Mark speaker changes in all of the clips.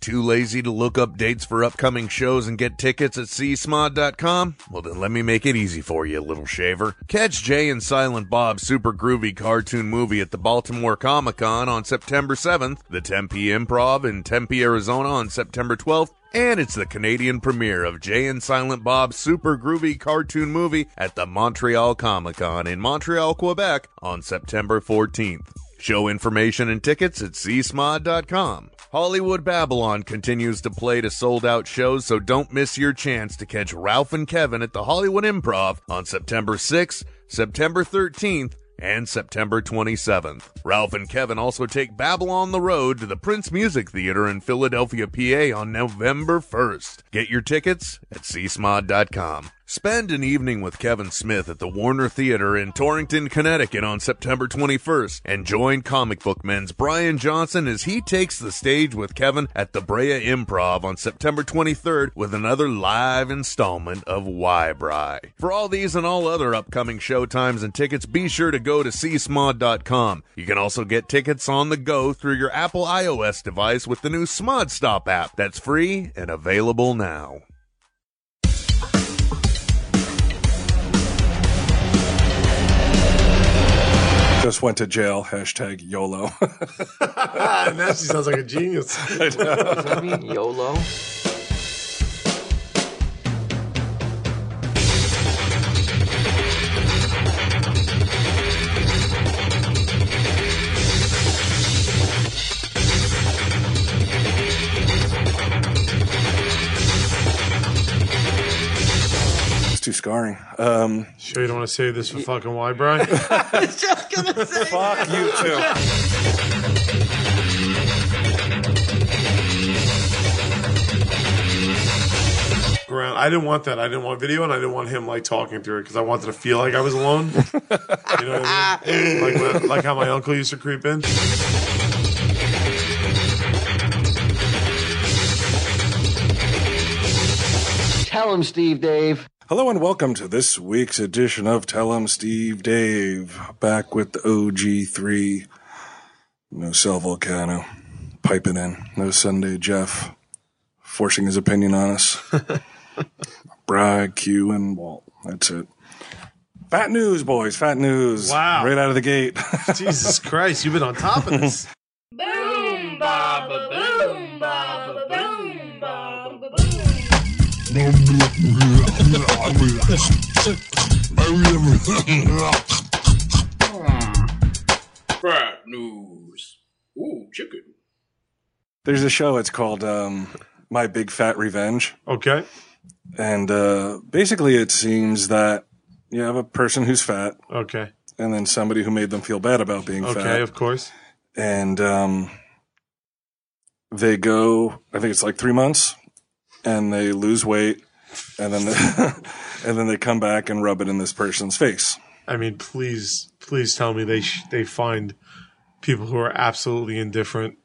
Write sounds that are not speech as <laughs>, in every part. Speaker 1: Too lazy to look up dates for upcoming shows and get tickets at csmod.com? Well, then let me make it easy for you, little shaver. Catch Jay and Silent Bob's super groovy cartoon movie at the Baltimore Comic Con on September 7th, the Tempe Improv in Tempe, Arizona on September 12th, and it's the Canadian premiere of Jay and Silent Bob's super groovy cartoon movie at the Montreal Comic Con in Montreal, Quebec on September 14th. Show information and tickets at csmod.com. Hollywood Babylon continues to play to sold out shows, so don't miss your chance to catch Ralph and Kevin at the Hollywood Improv on September 6th, September 13th, and September 27th. Ralph and Kevin also take Babylon the Road to the Prince Music Theater in Philadelphia, PA on November 1st. Get your tickets at csmod.com. Spend an evening with Kevin Smith at the Warner Theater in Torrington, Connecticut on September 21st and join comic book men's Brian Johnson as he takes the stage with Kevin at the Brea Improv on September 23rd with another live installment of Why Bry. For all these and all other upcoming show times and tickets, be sure to go to csmod.com. You can also get tickets on the go through your Apple iOS device with the new Smod Stop app that's free and available now.
Speaker 2: Just went to jail. Hashtag YOLO. <laughs>
Speaker 3: now she sounds like a genius.
Speaker 4: Does that mean
Speaker 2: <laughs>
Speaker 4: YOLO?
Speaker 2: it's too scarring. Um,
Speaker 3: Sure, you don't want to save this for fucking why, <laughs> Brian?
Speaker 4: Just
Speaker 3: <laughs>
Speaker 4: gonna say.
Speaker 2: fuck you too.
Speaker 3: Ground. I didn't want that. I didn't want video, and I didn't want him like talking through it because I wanted to feel like I was <laughs> alone. you know what I mean? Like, when- like how my uncle used to creep in.
Speaker 5: Tell him, Steve Dave.
Speaker 2: Hello and welcome to this week's edition of Tell 'em Steve Dave. Back with the OG3. No Sel Volcano. Piping in. No Sunday Jeff. Forcing his opinion on us. Bry, Q, and Walt. That's it. Fat news, boys. Fat news.
Speaker 3: Wow.
Speaker 2: Right out of the gate.
Speaker 3: <laughs>
Speaker 2: <laughs>
Speaker 3: Jesus Christ, you've been on top of this.
Speaker 6: Boom, ba ba boom, ba ba boom, ba ba boom.
Speaker 7: Fat news. Ooh, chicken.
Speaker 2: There's a show. It's called um, My Big Fat Revenge.
Speaker 3: Okay.
Speaker 2: And uh, basically, it seems that you have a person who's fat
Speaker 3: Okay.
Speaker 2: and then somebody who made them feel bad about being
Speaker 3: Okay,
Speaker 2: fat.
Speaker 3: of course.
Speaker 2: and um, they go. I think it's like three months, and they lose weight, and then they, <laughs> and then they come back and rub it in this person's face.
Speaker 3: I mean, please, please tell me they sh- they find people who are absolutely indifferent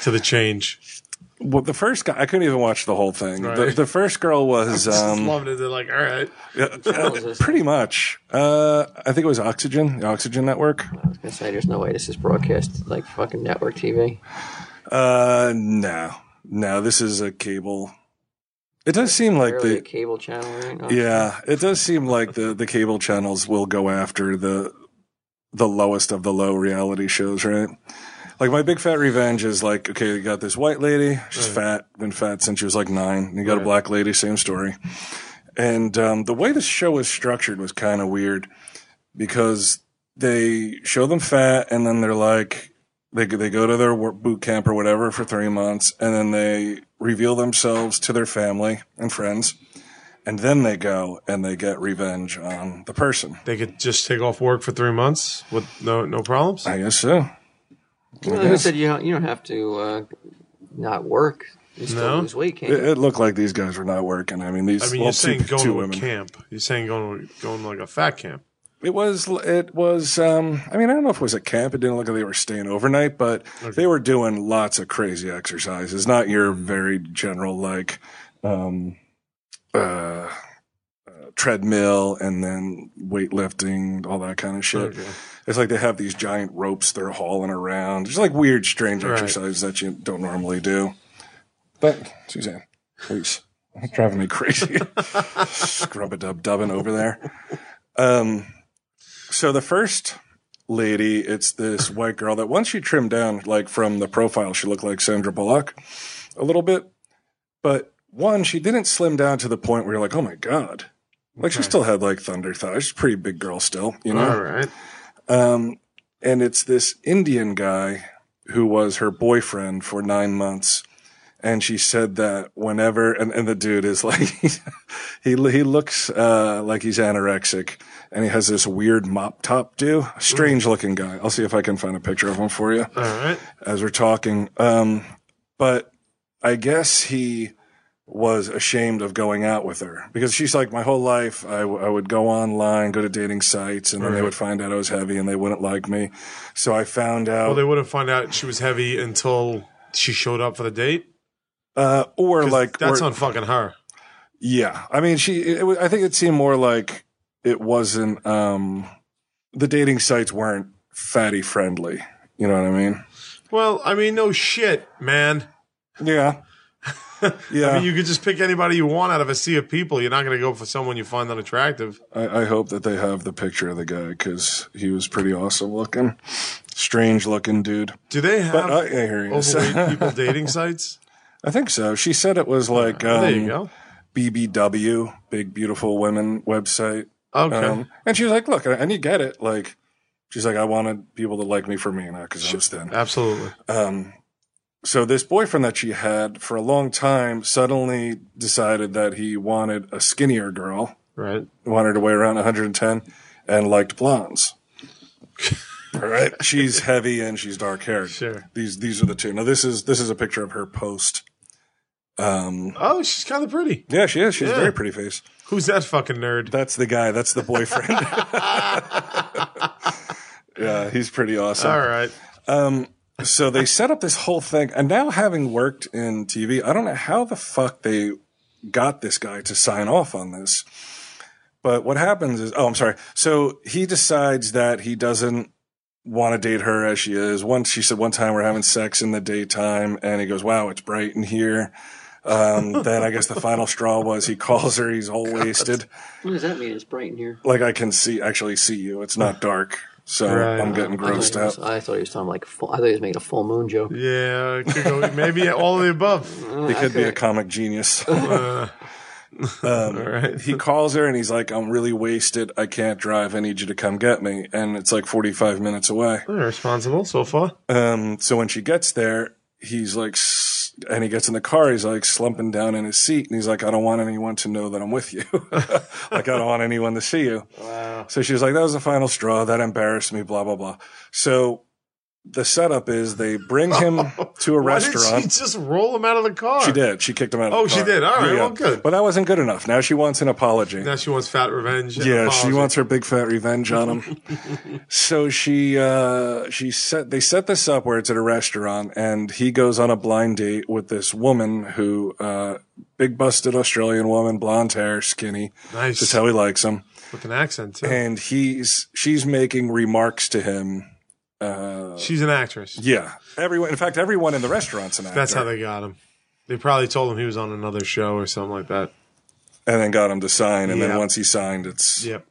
Speaker 3: to the change.
Speaker 2: Well, the first guy, I couldn't even watch the whole thing. The,
Speaker 3: Right.
Speaker 2: the first girl was
Speaker 3: Just
Speaker 2: um,
Speaker 3: loving it. They're like, all right.
Speaker 2: pretty much. Uh, I think it was Oxygen, the Oxygen Network.
Speaker 4: I was gonna say, there's no way this is broadcast like fucking network TV.
Speaker 2: Uh, no, no, this is a cable. It does seem like
Speaker 4: Barely
Speaker 2: the
Speaker 4: a cable channel, right? No.
Speaker 2: Yeah, it does seem like the the cable channels will go after the the lowest of the low reality shows, right? Like my big fat revenge is like, okay, you got this white lady, she's fat, been fat since she was like nine. You got a black lady, same story. And um, the way the show was structured was kind of weird because they show them fat, and then they're like, they they go to their work, boot camp or whatever for three months, and then they reveal themselves to their family and friends, and then they go and they get revenge on the person.
Speaker 3: They could just take off work for three months with no no problems.
Speaker 2: I guess so.
Speaker 4: Like I said, you don't, you don't have to uh, not work. You still
Speaker 3: No.
Speaker 4: lose weight, can't
Speaker 2: It,
Speaker 4: you?
Speaker 2: it looked like these guys were not working. I mean, these
Speaker 3: I mean,
Speaker 2: well,
Speaker 3: you're
Speaker 2: two-
Speaker 3: saying going
Speaker 2: two
Speaker 3: to a
Speaker 2: women.
Speaker 3: camp. You're saying going to, going to like a fat camp.
Speaker 2: It was it was. Um, I mean, I don't know if it was a camp. It didn't look like they were staying overnight, but they were doing lots of crazy exercises. Not your very general like um, uh, uh, treadmill and then weightlifting, all that kind of shit.
Speaker 3: Okay.
Speaker 2: It's like they have these giant ropes they're hauling around. It's like weird, strange
Speaker 3: Right.
Speaker 2: exercises that you don't normally do. But Suzanne, please. It's driving me crazy. <laughs> Scrub a dub dubbing over there. Um, so the first lady, it's this white girl that once she trimmed down, like from the profile, she looked like Sandra Bullock a little bit. But one, she didn't slim down to the point where you're like, oh my God. Like she still had like thunder thighs. She's a pretty big girl still, you know?
Speaker 3: All right.
Speaker 2: Um, and it's this Indian guy who was her boyfriend for nine months. And she said that whenever, and, and the dude is <laughs> like, he, he looks, uh, like he's anorexic and he has this weird mop top do. Strange looking guy. I'll see if I can find a picture of him for you
Speaker 3: All right.
Speaker 2: as we're talking. Um, but I guess he was ashamed of going out with her because she's like, my whole life, I, w- I would go online, go to dating sites, and then they would find out I was heavy and they wouldn't like me. So I found out,
Speaker 3: Well, they wouldn't find out she was heavy until she showed up for the date.
Speaker 2: uh, or
Speaker 3: 'Cause
Speaker 2: like,
Speaker 3: that's
Speaker 2: or-
Speaker 3: on fucking her.
Speaker 2: yeah. I mean, she, it, wa- I think it seemed more like it wasn't, um, the dating sites weren't fatty friendly. You know what I mean?
Speaker 3: Well, I mean, no shit, man.
Speaker 2: Yeah. Yeah.
Speaker 3: <laughs> I mean, you could just pick anybody you want out of a sea of people. You're not going to go for someone you find unattractive.
Speaker 2: I, I hope that they have the picture of the guy because he was pretty awesome looking, strange looking dude.
Speaker 3: Do they have
Speaker 2: But uh, I, I hear you.
Speaker 3: <laughs> overweight people dating sites?
Speaker 2: <laughs> I think so. She said it was like um,
Speaker 3: there you go.
Speaker 2: BBW, Big Beautiful Women website,
Speaker 3: Okay.
Speaker 2: um, and she was like, "Look, and you get it. Like, she's like, I wanted people to like me for me, not because I was thin."
Speaker 3: Absolutely.
Speaker 2: Um, so this boyfriend that she had for a long time suddenly decided that he wanted a skinnier girl.
Speaker 3: Right.
Speaker 2: wanted to weigh around 110 and liked
Speaker 3: <laughs>
Speaker 2: blondes. All right, she's heavy and she's dark haired.
Speaker 3: Sure.
Speaker 2: These these are the two. Now this is this is a picture of her post. Um,
Speaker 3: Oh, she's kind of pretty.
Speaker 2: yeah, she is. She's
Speaker 3: Yeah.
Speaker 2: a very pretty face.
Speaker 3: Who's that fucking nerd?
Speaker 2: That's the guy. That's the
Speaker 3: <laughs>
Speaker 2: boyfriend. <laughs> yeah, he's pretty awesome.
Speaker 3: All right.
Speaker 2: Um, so they set up this whole thing, and now having worked in TV, I don't know how the fuck they got this guy to sign off on this. But what happens is, oh, I'm sorry. So he decides that he doesn't want to date her as she is. Once she said one time we're having sex in the daytime, and he goes, "Wow, it's bright in here." Um, then I guess the final straw was he calls her. He's all wasted.
Speaker 4: What does that mean? It's bright in here.
Speaker 2: Like I can see, actually see you. It's not dark, so
Speaker 3: Right.
Speaker 2: I'm getting
Speaker 4: I thought,
Speaker 2: grossed
Speaker 4: he was,
Speaker 2: out.
Speaker 4: I thought he was talking like full, I thought he was making a full moon joke.
Speaker 3: Yeah. it Could go, maybe all of the above.
Speaker 2: He could be a comic genius.
Speaker 3: Uh,
Speaker 2: Um,
Speaker 3: all right.
Speaker 2: he calls her and he's like, I'm really wasted. I can't drive. I need you to come get me. And it's like 45 minutes away.
Speaker 3: They're responsible so far.
Speaker 2: Um, so when she gets there, he's like, s- and he gets in the car. He's like slumping down in his seat and he's like, I don't want anyone to know that I'm with you. <laughs> like, I don't want anyone to see you.
Speaker 3: Wow.
Speaker 2: So she's like, that was the final straw. That embarrassed me, blah, blah, blah. So the setup is they bring
Speaker 3: <laughs>
Speaker 2: him to a
Speaker 3: Why
Speaker 2: restaurant.
Speaker 3: did she just roll him out of the car?
Speaker 2: She did. She kicked him out. Of
Speaker 3: Oh,
Speaker 2: the
Speaker 3: she
Speaker 2: car.
Speaker 3: did. All right. Well, good.
Speaker 2: But that wasn't good enough. Now she wants an apology.
Speaker 3: Now she wants fat revenge. and
Speaker 2: yeah, she
Speaker 3: apology.
Speaker 2: wants her big fat revenge on him.
Speaker 3: <laughs>
Speaker 2: so she uh, she set they set this up where it's at a restaurant, and he goes on a blind date with this woman who uh, big busted Australian woman, blonde hair, skinny. That's
Speaker 3: nice
Speaker 2: how he likes him.
Speaker 3: with an accent too.
Speaker 2: And he's she's making remarks to him. Uh,
Speaker 3: She's an actress.
Speaker 2: yeah, everyone. In fact, everyone in the restaurant's an actor.
Speaker 3: That's how they got him. They probably told him he was on another show or something like that.
Speaker 2: and then got him to sign, and
Speaker 3: Yeah.
Speaker 2: then once he signed, it's
Speaker 3: Yep.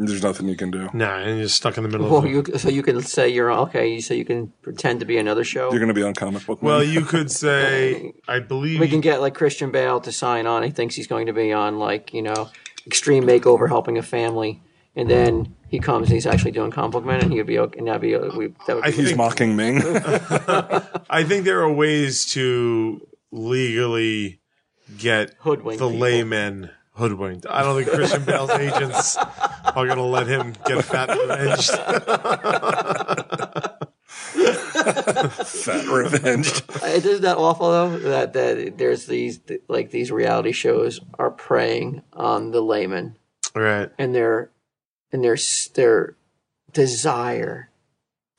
Speaker 2: there's nothing you can do.
Speaker 3: Nah, and you're stuck in the middle
Speaker 4: Well,
Speaker 3: of it.
Speaker 4: you, so you can say you're okay. So you can pretend to be another show.
Speaker 2: You're going to be on comic book.
Speaker 3: Well,
Speaker 2: Man.
Speaker 3: you could say, I believe.
Speaker 4: we can get like Christian Bale to sign on. He thinks he's going to be on like you know Extreme Makeover, helping a family, and then he comes and he's actually doing comic book man, and he would be okay. And that'd be uh, we, that would
Speaker 3: I
Speaker 4: be
Speaker 2: he's
Speaker 3: think,
Speaker 2: mocking
Speaker 3: <laughs>
Speaker 2: Ming.
Speaker 3: I think there are ways to legally get
Speaker 4: Hoodwink
Speaker 3: the
Speaker 4: people.
Speaker 3: laymen hoodwinked. I don't think Christian
Speaker 2: <laughs>
Speaker 3: Bale's agents are going to let him get
Speaker 2: <laughs>
Speaker 3: fat revenge.
Speaker 2: fat revenged.
Speaker 4: Isn't that awful though? That that there's these like these reality shows are preying on the layman
Speaker 3: right.
Speaker 4: and their and their s- their desire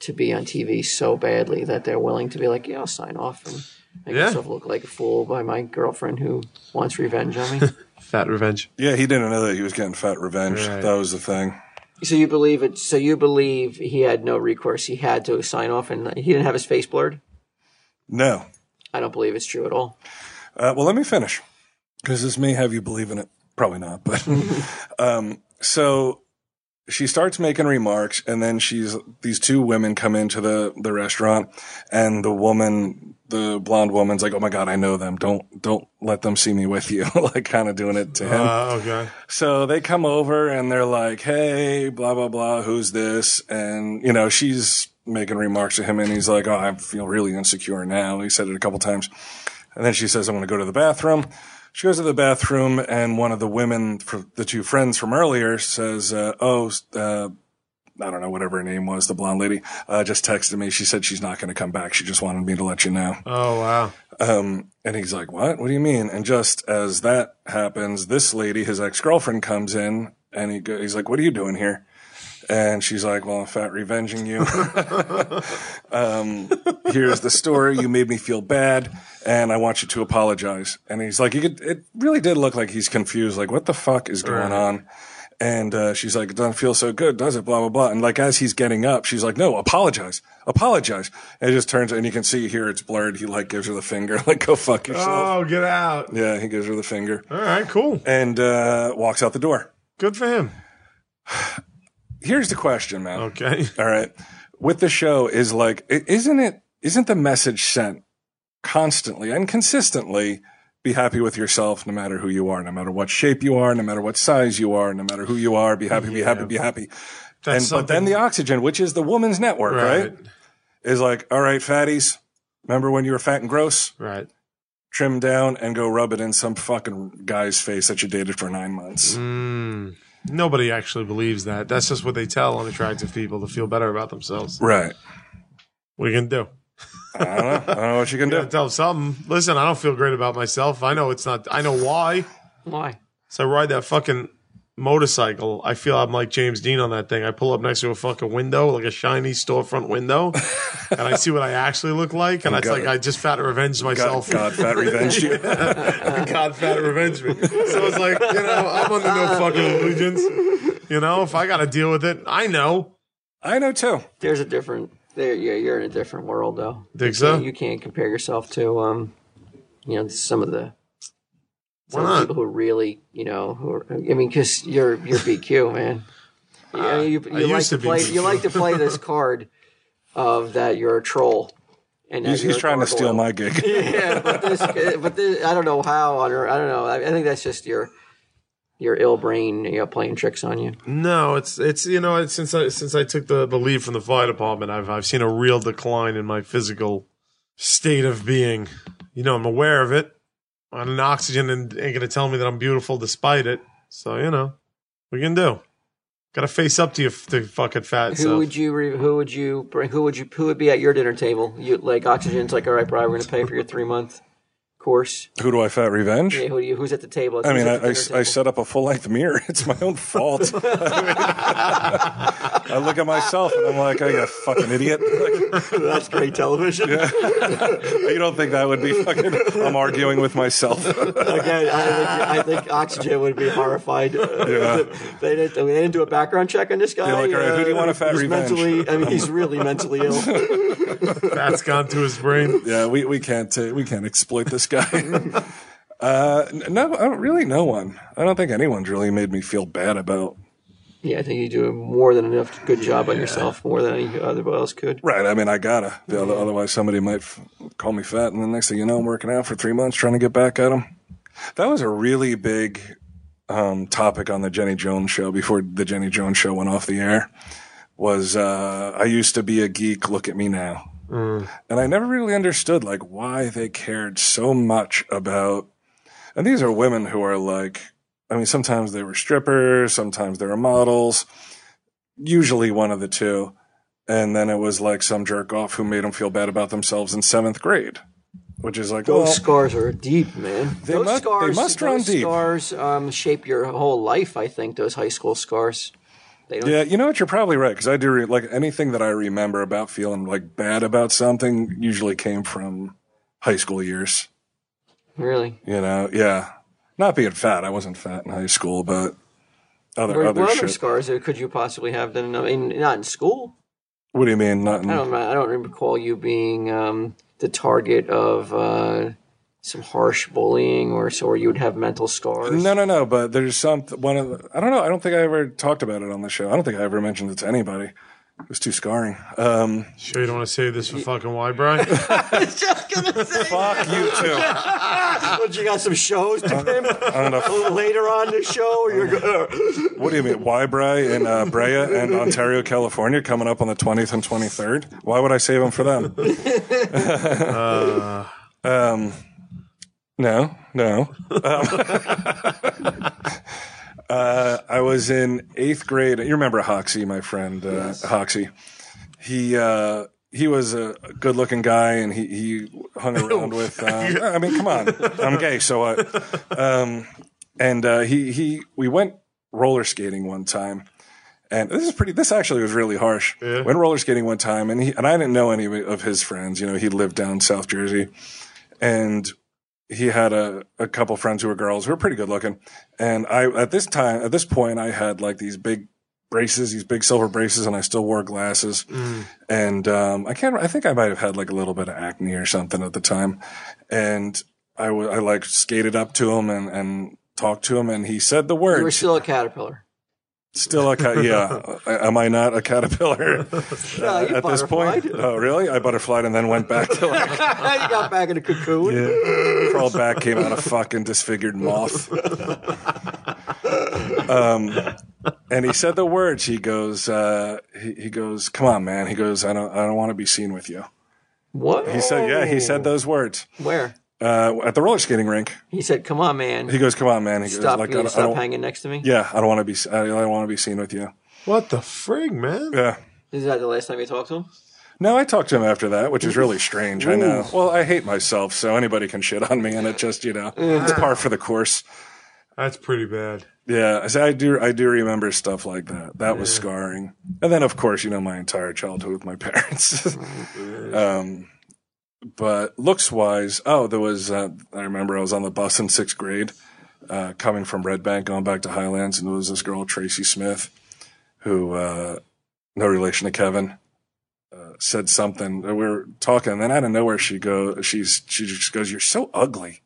Speaker 4: to be on TV so badly that they're willing to be like, yeah, I'll sign off and make
Speaker 3: Yeah.
Speaker 4: myself look like a fool by my girlfriend who wants
Speaker 3: <laughs>
Speaker 4: revenge on me.
Speaker 3: Fat revenge.
Speaker 2: Yeah, he didn't know that he was getting fat revenge.
Speaker 3: Right.
Speaker 2: That was the thing.
Speaker 4: so you believe it? So you believe he had no recourse? He had to sign off, and he didn't have his face blurred.
Speaker 2: No.
Speaker 4: I don't believe it's true at all.
Speaker 2: Uh, well, let me finish because this may have you believe in it. Probably not, but um, so she starts making remarks, and then she's these two women come into the the restaurant, and the woman, the blonde woman's like, "Oh my god, I know them. Don't don't let them see me with you." <laughs> like kind of doing it to him.
Speaker 3: Uh, okay.
Speaker 2: So they come over and they're like, hey, blah, blah, blah, who's this? And, you know, she's making remarks to him and he's like, oh, I feel really insecure now. He said it a couple times. And then she says, I'm going to go to the bathroom. She goes to the bathroom and one of the women, fr- the two friends from earlier says, uh, oh, uh, I don't know, whatever her name was, the blonde lady, uh, just texted me. She said she's not going to come back. She just wanted me to let you know.
Speaker 3: Oh wow.
Speaker 2: Um, and he's like, what? What do you mean? And just as that happens, this lady, his ex-girlfriend comes in and he go, he's like, what are you doing here? And she's like, well, I'm fat revenging you. <laughs> um, here's the story. You made me feel bad and I want you to apologize. And he's like, you could, it really did look like he's confused. Like, what the fuck is going on? And uh, she's like, it doesn't feel so good, does it? Blah, blah, blah. And like, as he's getting up, she's like, no, apologize, apologize. And it just turns, and you can see here it's blurred. He like gives her the finger, <laughs> like, go fuck yourself.
Speaker 3: Oh, get out.
Speaker 2: Yeah, he gives her the finger
Speaker 3: All right, cool.
Speaker 2: and uh, walks out the door.
Speaker 3: Good for him.
Speaker 2: Here's the question, man.
Speaker 3: Okay. <laughs>
Speaker 2: All right. With the show is like, i- isn't it, isn't the message sent constantly and consistently? Be happy with yourself, no matter who you are, no matter what shape you are, no matter what size you are, no matter who you are. Be happy, be happy, be happy.
Speaker 3: That's
Speaker 2: and but then the oxygen, which is the woman's network, right.
Speaker 3: right.
Speaker 2: Is like, all right, fatties, remember when you were fat and gross?
Speaker 3: Right.
Speaker 2: Trim down and go rub it in some fucking guy's face that you dated for nine months.
Speaker 3: Mm. Hmm. Nobody actually believes that. That's just what they tell unattractive people to feel better about themselves.
Speaker 2: Right.
Speaker 3: What are you gonna do?
Speaker 2: I don't know. I don't know what you can
Speaker 3: <laughs> You
Speaker 2: do.
Speaker 3: gotta tell them something. Listen, I don't feel great about myself. I know it's not. I know why.
Speaker 4: Why?
Speaker 3: So I ride that fucking motorcycle. I feel I'm like James Dean on that thing. I pull up next to a fucking window, like a shiny storefront window, and I see what I actually look like, and it's
Speaker 2: got
Speaker 3: like
Speaker 2: it.
Speaker 3: I just fat revenge
Speaker 2: God,
Speaker 3: myself.
Speaker 2: God, fat revenge you.
Speaker 3: God fat revenge me. So it's like, you know, I'm under no fucking illusions. You know, if I got to deal with it, I know.
Speaker 2: I know too.
Speaker 4: There's a different. There, yeah, you're in a different world though.
Speaker 3: Think so?
Speaker 4: You can't compare yourself to, um, you know, some of the
Speaker 3: Why
Speaker 4: some of the
Speaker 3: not?
Speaker 4: people who really, you know, who are, I mean, because you're you're BQ man. Yeah, you, you,
Speaker 3: I
Speaker 4: like
Speaker 3: used
Speaker 4: to
Speaker 3: to be
Speaker 4: play.
Speaker 3: BQ.
Speaker 4: You like to play this card of that you're a troll, and that
Speaker 2: He's,
Speaker 4: you're
Speaker 2: he's
Speaker 4: a
Speaker 2: trying to
Speaker 4: gargoyle.
Speaker 2: steal my
Speaker 4: <laughs>
Speaker 2: gig.
Speaker 4: yeah,
Speaker 2: <laughs>
Speaker 4: but this, eh, but this, I don't know how on earth. I don't know. I, I think that's just your your ill brain, you know, playing tricks on you.
Speaker 3: No, it's it's you know it's, since I since I took the, the lead from the fire department, I've I've seen a real decline in my physical state of being. You know, I'm aware of it. I'm an oxygen and ain't gonna tell me that I'm beautiful despite it. So you know, we can do. Got to face up to your f- to fucking fat.
Speaker 4: Who
Speaker 3: self.
Speaker 4: would you? Re, who would you bring? Who would you? Who would be at your dinner table? You like oxygen's like, all right, Brian, we're gonna pay for your three month course.
Speaker 2: Who do I fat revenge?
Speaker 4: Yeah, who do you? Who's at the table?
Speaker 2: I mean,
Speaker 4: Who's
Speaker 2: I,
Speaker 4: at the
Speaker 2: I,
Speaker 4: dinner
Speaker 2: I
Speaker 4: table?
Speaker 2: set up a full length mirror. <laughs> It's my own
Speaker 4: <laughs>
Speaker 2: fault. I look at myself and I'm like, oh, you fucking idiot. <laughs> Like,
Speaker 4: that's great television. <laughs>
Speaker 2: you don't think that would be fucking. I'm arguing with myself. <laughs>
Speaker 4: Again, I think, I think Oxygen would be horrified.
Speaker 2: Yeah.
Speaker 4: <laughs> they, didn't, I mean, they didn't do a background check on this guy. uh,
Speaker 2: They're like, all right, who do you want to fat
Speaker 4: he's
Speaker 2: revenge?
Speaker 4: mentally, I mean, he's really
Speaker 2: <laughs>
Speaker 4: mentally ill.
Speaker 3: Fat's gone to his brain.
Speaker 2: Yeah, we, we can't uh, we can't exploit this guy. <laughs> Uh, n- no, I don't really. No one. I don't think anyone's really made me feel bad about.
Speaker 4: Yeah, I think you do more than enough good job on yourself, more than any other else could.
Speaker 2: Right. I mean, I gotta. The other- Otherwise, somebody might f- call me fat, and the next thing you know, I'm working out for three months trying to get back at them. That was a really big um, topic on the Jenny Jones show before the Jenny Jones show went off the air. Was uh, I used to be a geek? Look at me now. And I never really understood like why they cared so much about. And these are women who are like, I mean, sometimes they were strippers, sometimes they were models, usually one of the two and then it was like some jerk off who made them feel bad about themselves in seventh grade, which is like,
Speaker 4: Those
Speaker 2: well,
Speaker 4: scars are deep, man.
Speaker 2: They
Speaker 4: those
Speaker 2: must- they
Speaker 4: scars,
Speaker 2: must
Speaker 4: those
Speaker 2: run deep.
Speaker 4: Scars um, shape your whole life. I think those high school scars. They don't.
Speaker 2: yeah, you know what? You're probably right because I do re- like anything that I remember about feeling like bad about something usually came from high school years.
Speaker 4: Really?
Speaker 2: You know, yeah, not being fat. I wasn't fat in high school, but other other
Speaker 4: What what other
Speaker 2: shit.
Speaker 4: scars could you possibly have then? I mean, not in school.
Speaker 2: what do you mean? Not in,
Speaker 4: I don't. I don't recall you being um, the target of uh, some harsh bullying or so, or you would have mental scars.
Speaker 2: No, no, no. But there's some one of the, I don't know. I don't think I ever talked about it on the show. I don't think I ever mentioned it to anybody. It was too scarring. Um,
Speaker 3: Sure, you don't want to save this for fucking why, Brian?
Speaker 2: fuck you too.
Speaker 4: But you got some shows to
Speaker 2: I
Speaker 4: pimp
Speaker 2: don't know.
Speaker 4: <laughs> later on the show, or
Speaker 2: uh,
Speaker 4: you're going.
Speaker 2: What do you mean? Why Bry in uh, Brea and Ontario, California, coming up on the 20th and 23rd? Why would I save them for them? <laughs> um, no, no. Um, uh, I was in eighth grade. You remember Hoxie, my friend uh, Hoxie? He uh, he was a good-looking guy, and he he hung around with. Uh, I mean, come on, I'm gay, so what? Um, and uh, he he we went roller skating one time. And this is pretty. This actually was really harsh. Went roller skating one time, and he and I didn't know any of his friends. You know, he lived down South Jersey, and he had a, a couple friends who were girls who were pretty good looking. And I, at this time, at this point, I had like these big braces, these big silver braces, and I still wore glasses.
Speaker 4: Mm.
Speaker 2: And, um, I can't, I think I might have had like a little bit of acne or something at the time. And I wa- I, like skated up to him and, and talked to him and he said the
Speaker 4: You
Speaker 2: word.
Speaker 4: were still a caterpillar.
Speaker 2: still a cat.
Speaker 4: <laughs>
Speaker 2: yeah. I- Am I not a caterpillar <laughs>
Speaker 4: No, you
Speaker 2: at this point?
Speaker 4: butterflied.
Speaker 2: Oh, really? I butterflied and then went back to like,
Speaker 4: <laughs> you got back in a
Speaker 2: <laughs>
Speaker 4: cocoon.
Speaker 2: yeah. Crawled back, came out a fucking disfigured moth. um, and he said the words. He goes, uh, he, he goes, come on, man. He goes, I don't, I don't want to be seen with you.
Speaker 4: What
Speaker 2: He said, yeah, he said those words
Speaker 4: Where
Speaker 2: uh, at the roller skating rink.
Speaker 4: he said, "Come on, man,
Speaker 2: He goes, come on, man. He
Speaker 4: stop,
Speaker 2: goes, like,
Speaker 4: you
Speaker 2: I
Speaker 4: gonna
Speaker 2: don't, I
Speaker 4: stop
Speaker 2: don't-
Speaker 4: hanging next to me."
Speaker 2: yeah, I don't want to be, I don't want to be seen with you.
Speaker 3: what the frig, man?
Speaker 2: Yeah.
Speaker 4: Is that the last time you talked to him?
Speaker 2: No, I talked to him after that, which is really strange. I know. Well, I hate myself, so anybody can shit on me, and it just, you know, it's par for the course.
Speaker 3: That's pretty bad.
Speaker 2: Yeah, I say- I do. I do remember stuff like that. That was scarring. And then, of course, you know, my entire childhood with my <laughs> parents.
Speaker 4: Mm-hmm.
Speaker 2: um, but looks wise, oh, there was. Uh, I remember I was on the bus in sixth grade, uh, coming from Red Bank, going back to Highlands, and there was this girl Tracy Smith, who uh, no relation to Kevin. Uh, said something. We were talking, and then out of nowhere, she go. She's she just goes, "You're so ugly,"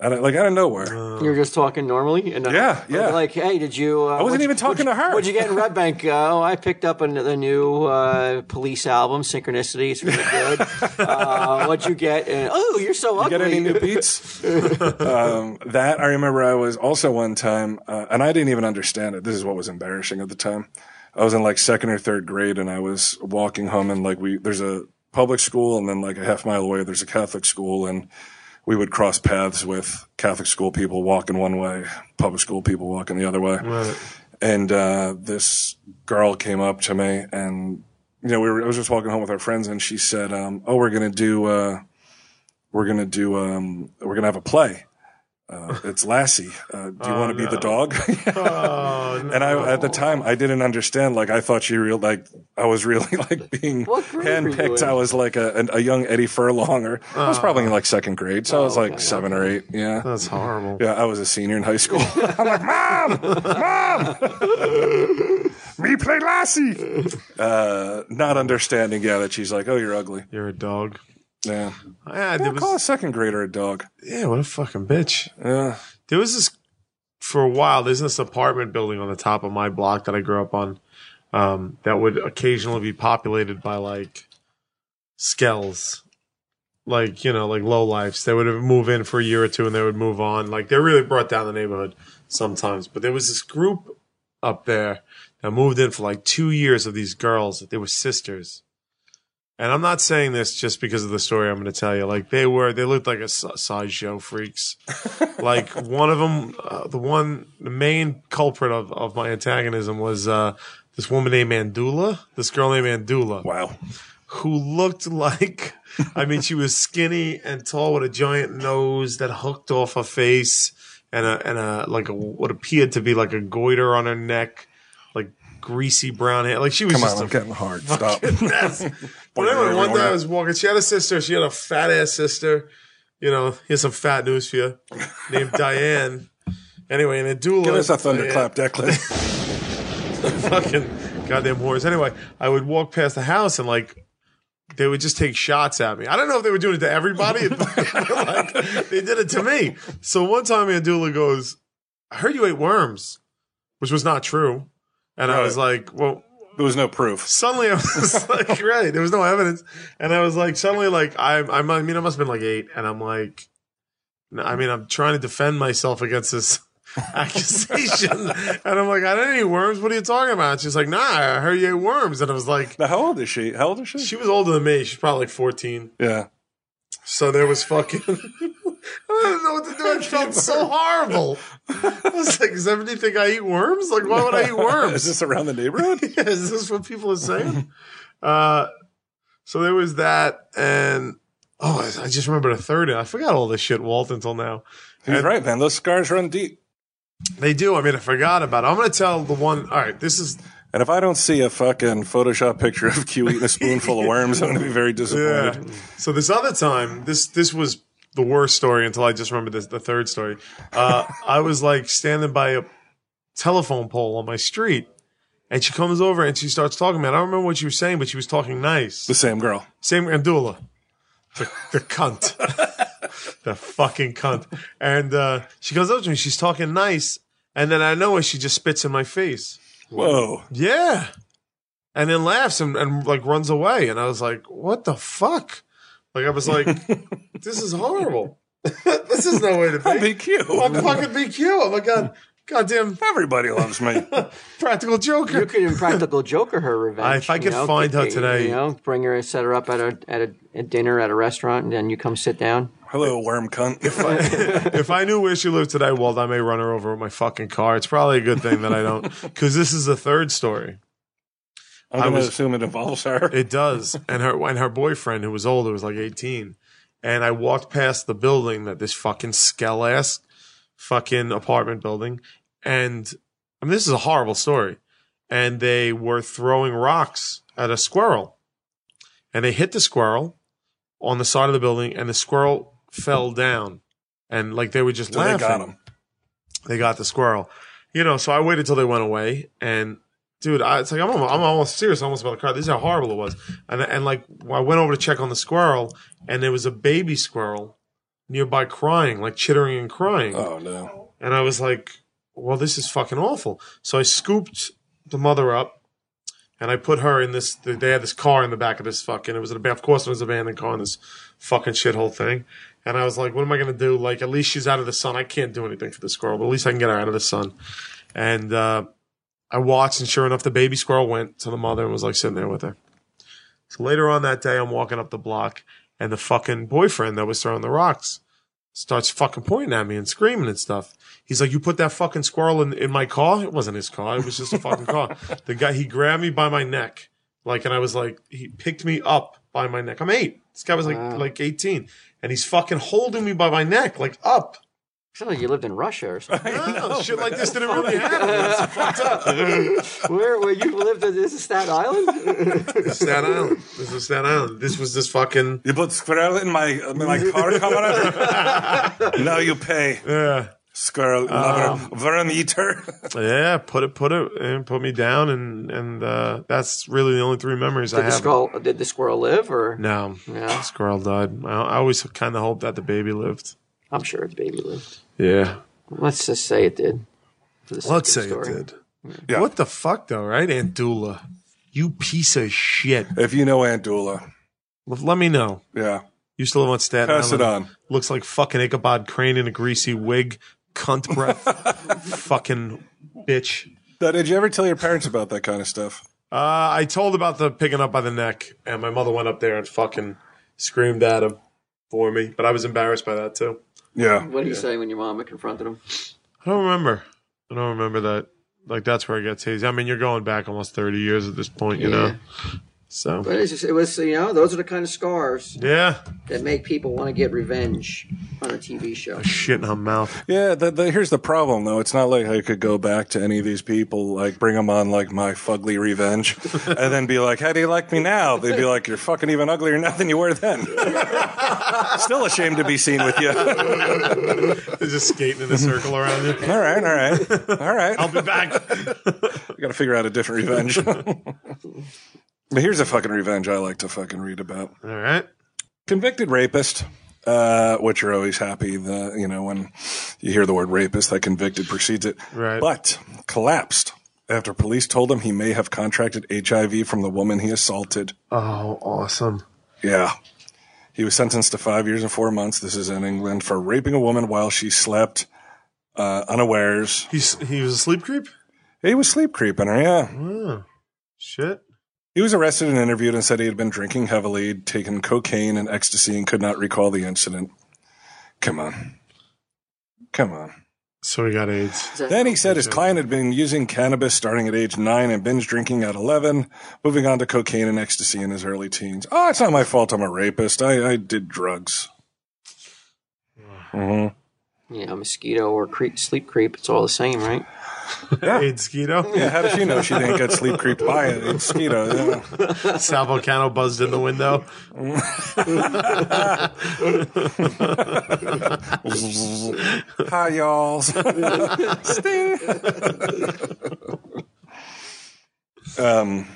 Speaker 2: out of, like out of nowhere.
Speaker 4: you were just talking normally, and uh,
Speaker 2: Uh, Yeah, yeah.
Speaker 4: Like, hey, did you? Uh,
Speaker 2: I wasn't
Speaker 4: what'd-
Speaker 2: even talking
Speaker 4: what'd-
Speaker 2: to her.
Speaker 4: What'd you get in Red Bank? Uh, oh, I picked up an, the new uh, Police album, Synchronicity. It's
Speaker 2: <laughs>
Speaker 4: really good. uh, what'd you get? And, oh, you're so ugly.
Speaker 2: get any new beats? um, that I remember I was also one time, uh, and I didn't even understand it. This is what was embarrassing at the time. I was in like second or third grade and I was walking home and like we, there's a public school and then like a half mile away, there's a Catholic school and we would cross paths with Catholic school people walking one way, public school people walking the other way. And, uh, this girl came up to me and, you know, we were, I was just walking home with our friends and she said, um, oh, we're going to do, uh, we're gonna do um we're gonna have a play uh, it's lassie uh, do you want to be the dog <laughs>
Speaker 3: Oh, no.
Speaker 2: and i at the time i didn't understand like i thought she real like i was really <laughs> like being
Speaker 4: What grade were you
Speaker 2: handpicked
Speaker 4: in?
Speaker 2: i was like a, an- a young eddie furlong or i was probably in like second grade so i
Speaker 4: Oh,
Speaker 2: was like seven or eight yeah
Speaker 3: That's horrible.
Speaker 2: yeah, I was a senior in high school. <laughs> I'm like, Mom, Mom, <laughs> me play Lassie. Uh, not understanding, yeah, that she's like, oh, you're ugly.
Speaker 3: You're a dog.
Speaker 2: Yeah.
Speaker 3: Yeah,
Speaker 2: yeah
Speaker 3: there
Speaker 2: call a
Speaker 3: was,
Speaker 2: second grader a dog.
Speaker 3: yeah, what a fucking bitch.
Speaker 2: Yeah.
Speaker 3: There was this for a while. There's this apartment building on the top of my block that I grew up on um, that would occasionally be populated by like skells, like you know, like low lifes. They would move in for a year or two and they would move on. Like they really brought down the neighborhood sometimes. But there was this group up there that moved in for like two years of these girls. They were sisters. And I'm not saying this just because of the story I'm going to tell you. Like they were, they looked like a si- sideshow freaks
Speaker 2: <laughs>
Speaker 3: like one of them, uh, the one, the main culprit of, of my antagonism was uh, this woman named Mandula, this girl named Mandula,
Speaker 2: Wow.
Speaker 3: who looked like, I mean, she was skinny and tall with a giant nose that hooked off her face and a and a like a what appeared to be like a goiter on her neck, like greasy brown hair. Like she was
Speaker 2: Come
Speaker 3: just
Speaker 2: on,
Speaker 3: a
Speaker 2: I'm getting hard. Stop. <laughs>
Speaker 3: but anyway, one day I was walking. She had a sister. She had a fat ass sister. You know, here's some fat news for you, named Diane. Anyway, and a doula.
Speaker 2: Give us a thunderclap, Declan.
Speaker 3: fucking goddamn whores. Anyway, I would walk past the house and like they would just take shots at me. I don't know if they were doing it to everybody, <laughs> but like, they did it to me. So one time Andula goes, I heard you ate worms, which was not true. And I was like, well,
Speaker 2: There was no proof.
Speaker 3: suddenly I was like, right, there was no evidence. And I was like, suddenly, like, I, I, mu- I mean, I must have been like eight. And I'm like, no, I mean, I'm trying to defend myself against this <laughs> accusation. and I'm like, I didn't eat worms. What are you talking about? And she's like, nah, I heard you ate worms. And I was like,
Speaker 2: Now, how old is she? How old is she?
Speaker 3: she was older than me. She's probably like 14.
Speaker 2: yeah.
Speaker 3: So there was fucking. <laughs> I didn't know what to do. It felt so horrible. I was like, does everybody think I eat worms? Like, why would I eat
Speaker 2: <laughs>
Speaker 3: worms?
Speaker 2: Is this around the neighborhood?
Speaker 3: Yeah, <laughs> is this what people are saying? uh, so there was that, and oh, I- I just remembered a third. I forgot all this shit, Walt, until now.
Speaker 2: He's right, man. Those scars run deep.
Speaker 3: They do. I mean, I forgot about it. I'm going to tell the one. All right, this is
Speaker 2: And if I don't see a fucking Photoshop picture of Q eating a spoonful of worms, I'm going to be very disappointed.
Speaker 3: uh, So this other time, this this was the worst story until I just remembered this the third story. Uh, I was like standing by a telephone pole on my street, and she comes over and she starts talking. Man, I don't remember what she was saying, but she was talking nice.
Speaker 2: The same girl.
Speaker 3: Same Andula. The, the cunt. the fucking cunt. And uh, she comes up to me, she's talking nice, and then I know it, she just spits in my face.
Speaker 2: Whoa.
Speaker 3: Yeah. And then laughs and, and like runs away. And I was like, what the fuck? Like I was
Speaker 4: <laughs>
Speaker 3: like, this is horrible. <laughs> this is no way to be.
Speaker 2: I'm
Speaker 3: I'm
Speaker 2: BQ.
Speaker 3: fucking BQ. Oh my god. Goddamn
Speaker 2: Everybody loves me.
Speaker 3: practical joker.
Speaker 4: You could impractical joker her revenge.
Speaker 3: I- if I
Speaker 4: you
Speaker 3: could
Speaker 4: know,
Speaker 3: find her
Speaker 4: you
Speaker 3: today-
Speaker 4: know, bring her, set her up at a at a at dinner at a restaurant, and then you come sit down.
Speaker 2: Hello, worm cunt.
Speaker 3: if I knew where she lived today, Walt, I may run her over with my fucking car. It's probably a good thing that I don't, because this is the third story.
Speaker 2: I'm going
Speaker 3: was-
Speaker 2: to assume it involves her.
Speaker 3: It does, and her and her boyfriend, who was older, was like eighteen, and I walked past the building that this fucking skell ass fucking apartment building, and I mean this is a horrible story, and they were throwing rocks at a squirrel, and they hit the squirrel on the side of the building, and the squirrel fell down, and like they were just
Speaker 2: So they
Speaker 3: laughing
Speaker 2: got him.
Speaker 3: they got the squirrel. You know, so I waited till they went away, and dude, I, it's like I'm almost, I'm almost serious, almost about the car. This is how horrible it was, and and like I went over to check on the squirrel, and there was a baby squirrel nearby crying, like chittering and crying,
Speaker 2: Oh, no.
Speaker 3: and I was like, well, this is fucking awful. So I scooped the mother up, and I put her in this. They had this car in the back of this fucking. It was an of course it was an abandoned car in this fucking shithole thing. And I was like, what am I gonna do? Like, at least she's out of the sun. I can't do anything for the squirrel, but at least I can get her out of the sun. And uh, I watched, and sure enough, the baby squirrel went to the mother and was like sitting there with her. So later on that day, I'm walking up the block, and the fucking boyfriend that was throwing the rocks starts fucking pointing at me and screaming and stuff. He's like, "You put that fucking squirrel in, in my car." It wasn't his car; it was just a fucking
Speaker 4: <laughs>
Speaker 3: car. The guy he grabbed me by my neck, like, and I was like, he picked me up by my neck. I'm eight. This guy was like
Speaker 4: Wow.
Speaker 3: like 18, and he's fucking holding me by my neck, like up.
Speaker 4: Sounds like you lived in Russia
Speaker 3: <laughs>
Speaker 4: or something.
Speaker 3: No, shit like this didn't really happen. It's fucked up.
Speaker 4: where where you lived? in- This is Staten Island.
Speaker 3: Staten Island. This is Staten Island. This was this fucking.
Speaker 2: You put squirrel in my, in <laughs> my car, comrade? <laughs> now you pay.
Speaker 3: Yeah.
Speaker 2: Squirrel lover. Worm eater.
Speaker 3: Yeah, put it, put it, and put me down, and and uh, that's really the only three memories I
Speaker 4: did the
Speaker 3: have.
Speaker 4: squirrel? Did the squirrel live? Or
Speaker 3: No,
Speaker 4: Yeah.
Speaker 3: squirrel died. I, I always kind of hoped that the baby lived.
Speaker 4: I'm sure its baby lived.
Speaker 3: Yeah,
Speaker 4: Let's just say it did. for the sake
Speaker 3: let's
Speaker 4: of
Speaker 3: say
Speaker 4: story.
Speaker 3: it did. What the fuck, though, right, Aunt Dula? You piece of shit.
Speaker 2: <laughs> if you know Aunt Dula,
Speaker 3: Let let me know.
Speaker 2: yeah.
Speaker 3: You still live on Staten
Speaker 2: Pass it
Speaker 3: Island.
Speaker 2: on.
Speaker 3: Looks like fucking Ichabod Crane in a greasy wig, cunt
Speaker 2: <laughs>
Speaker 3: breath, fucking bitch.
Speaker 2: Now, did you ever tell your parents about that kind of stuff?
Speaker 3: Uh, I told about the picking up by the neck, and my mother went up there and fucking screamed at him for me. But I was embarrassed by that too.
Speaker 2: Yeah.
Speaker 4: What did he say when your mama confronted him?
Speaker 3: I don't remember. I don't remember that. Like that's where I got tased. I mean, you're going back almost 30 years at this point, you know. So
Speaker 4: But it's just, it was you know those are the kind of scars
Speaker 3: yeah,
Speaker 4: that make people want to get revenge on a TV show.
Speaker 3: shit in her mouth.
Speaker 2: Yeah. The, the, here's the problem, though. It's not like I could go back to any of these people, like bring them on like my fugly <laughs> revenge, and then be like, "How do you like me now?" They'd be like, "You're fucking even uglier now than you were <laughs> then." Still ashamed to be seen with you. <laughs> all
Speaker 3: They're <laughs> just skating in a circle around you.
Speaker 2: right. All right. All right.
Speaker 3: I'll be <laughs> back.
Speaker 2: I got to figure out a different revenge. But here's a fucking revenge I like to fucking read about.
Speaker 3: All right.
Speaker 2: Convicted rapist, uh, which are always happy. The you know when you hear the word rapist, that convicted precedes it.
Speaker 3: Right.
Speaker 2: But collapsed after police told him he may have contracted HIV from the woman he assaulted.
Speaker 3: Oh, awesome.
Speaker 2: Yeah. He was sentenced to five years and four months. This is in England for raping a woman while she slept, uh, unawares.
Speaker 3: He's he was a sleep creep.
Speaker 2: He was sleep creeping her. Yeah.
Speaker 3: Oh, shit.
Speaker 2: He was arrested and interviewed and said he had been drinking heavily, taken cocaine and ecstasy, and could not recall the incident. Come on. Come on.
Speaker 3: So he got AIDS.
Speaker 4: Is that-
Speaker 2: Then he said his client had been using cannabis starting at age nine and binge drinking at 11, moving on to cocaine and ecstasy in his early teens. Oh, it's not my fault I'm a rapist. I, I did drugs. hmm
Speaker 4: yeah, mosquito or creep, sleep creep. It's all the same, right?
Speaker 3: AIDS keto.
Speaker 2: Yeah, how does she know she didn't get sleep creeped by it? It's keto. Yeah.
Speaker 3: Sal Volcano buzzed in the window.
Speaker 2: Hi, y'all. Sting. <laughs> um,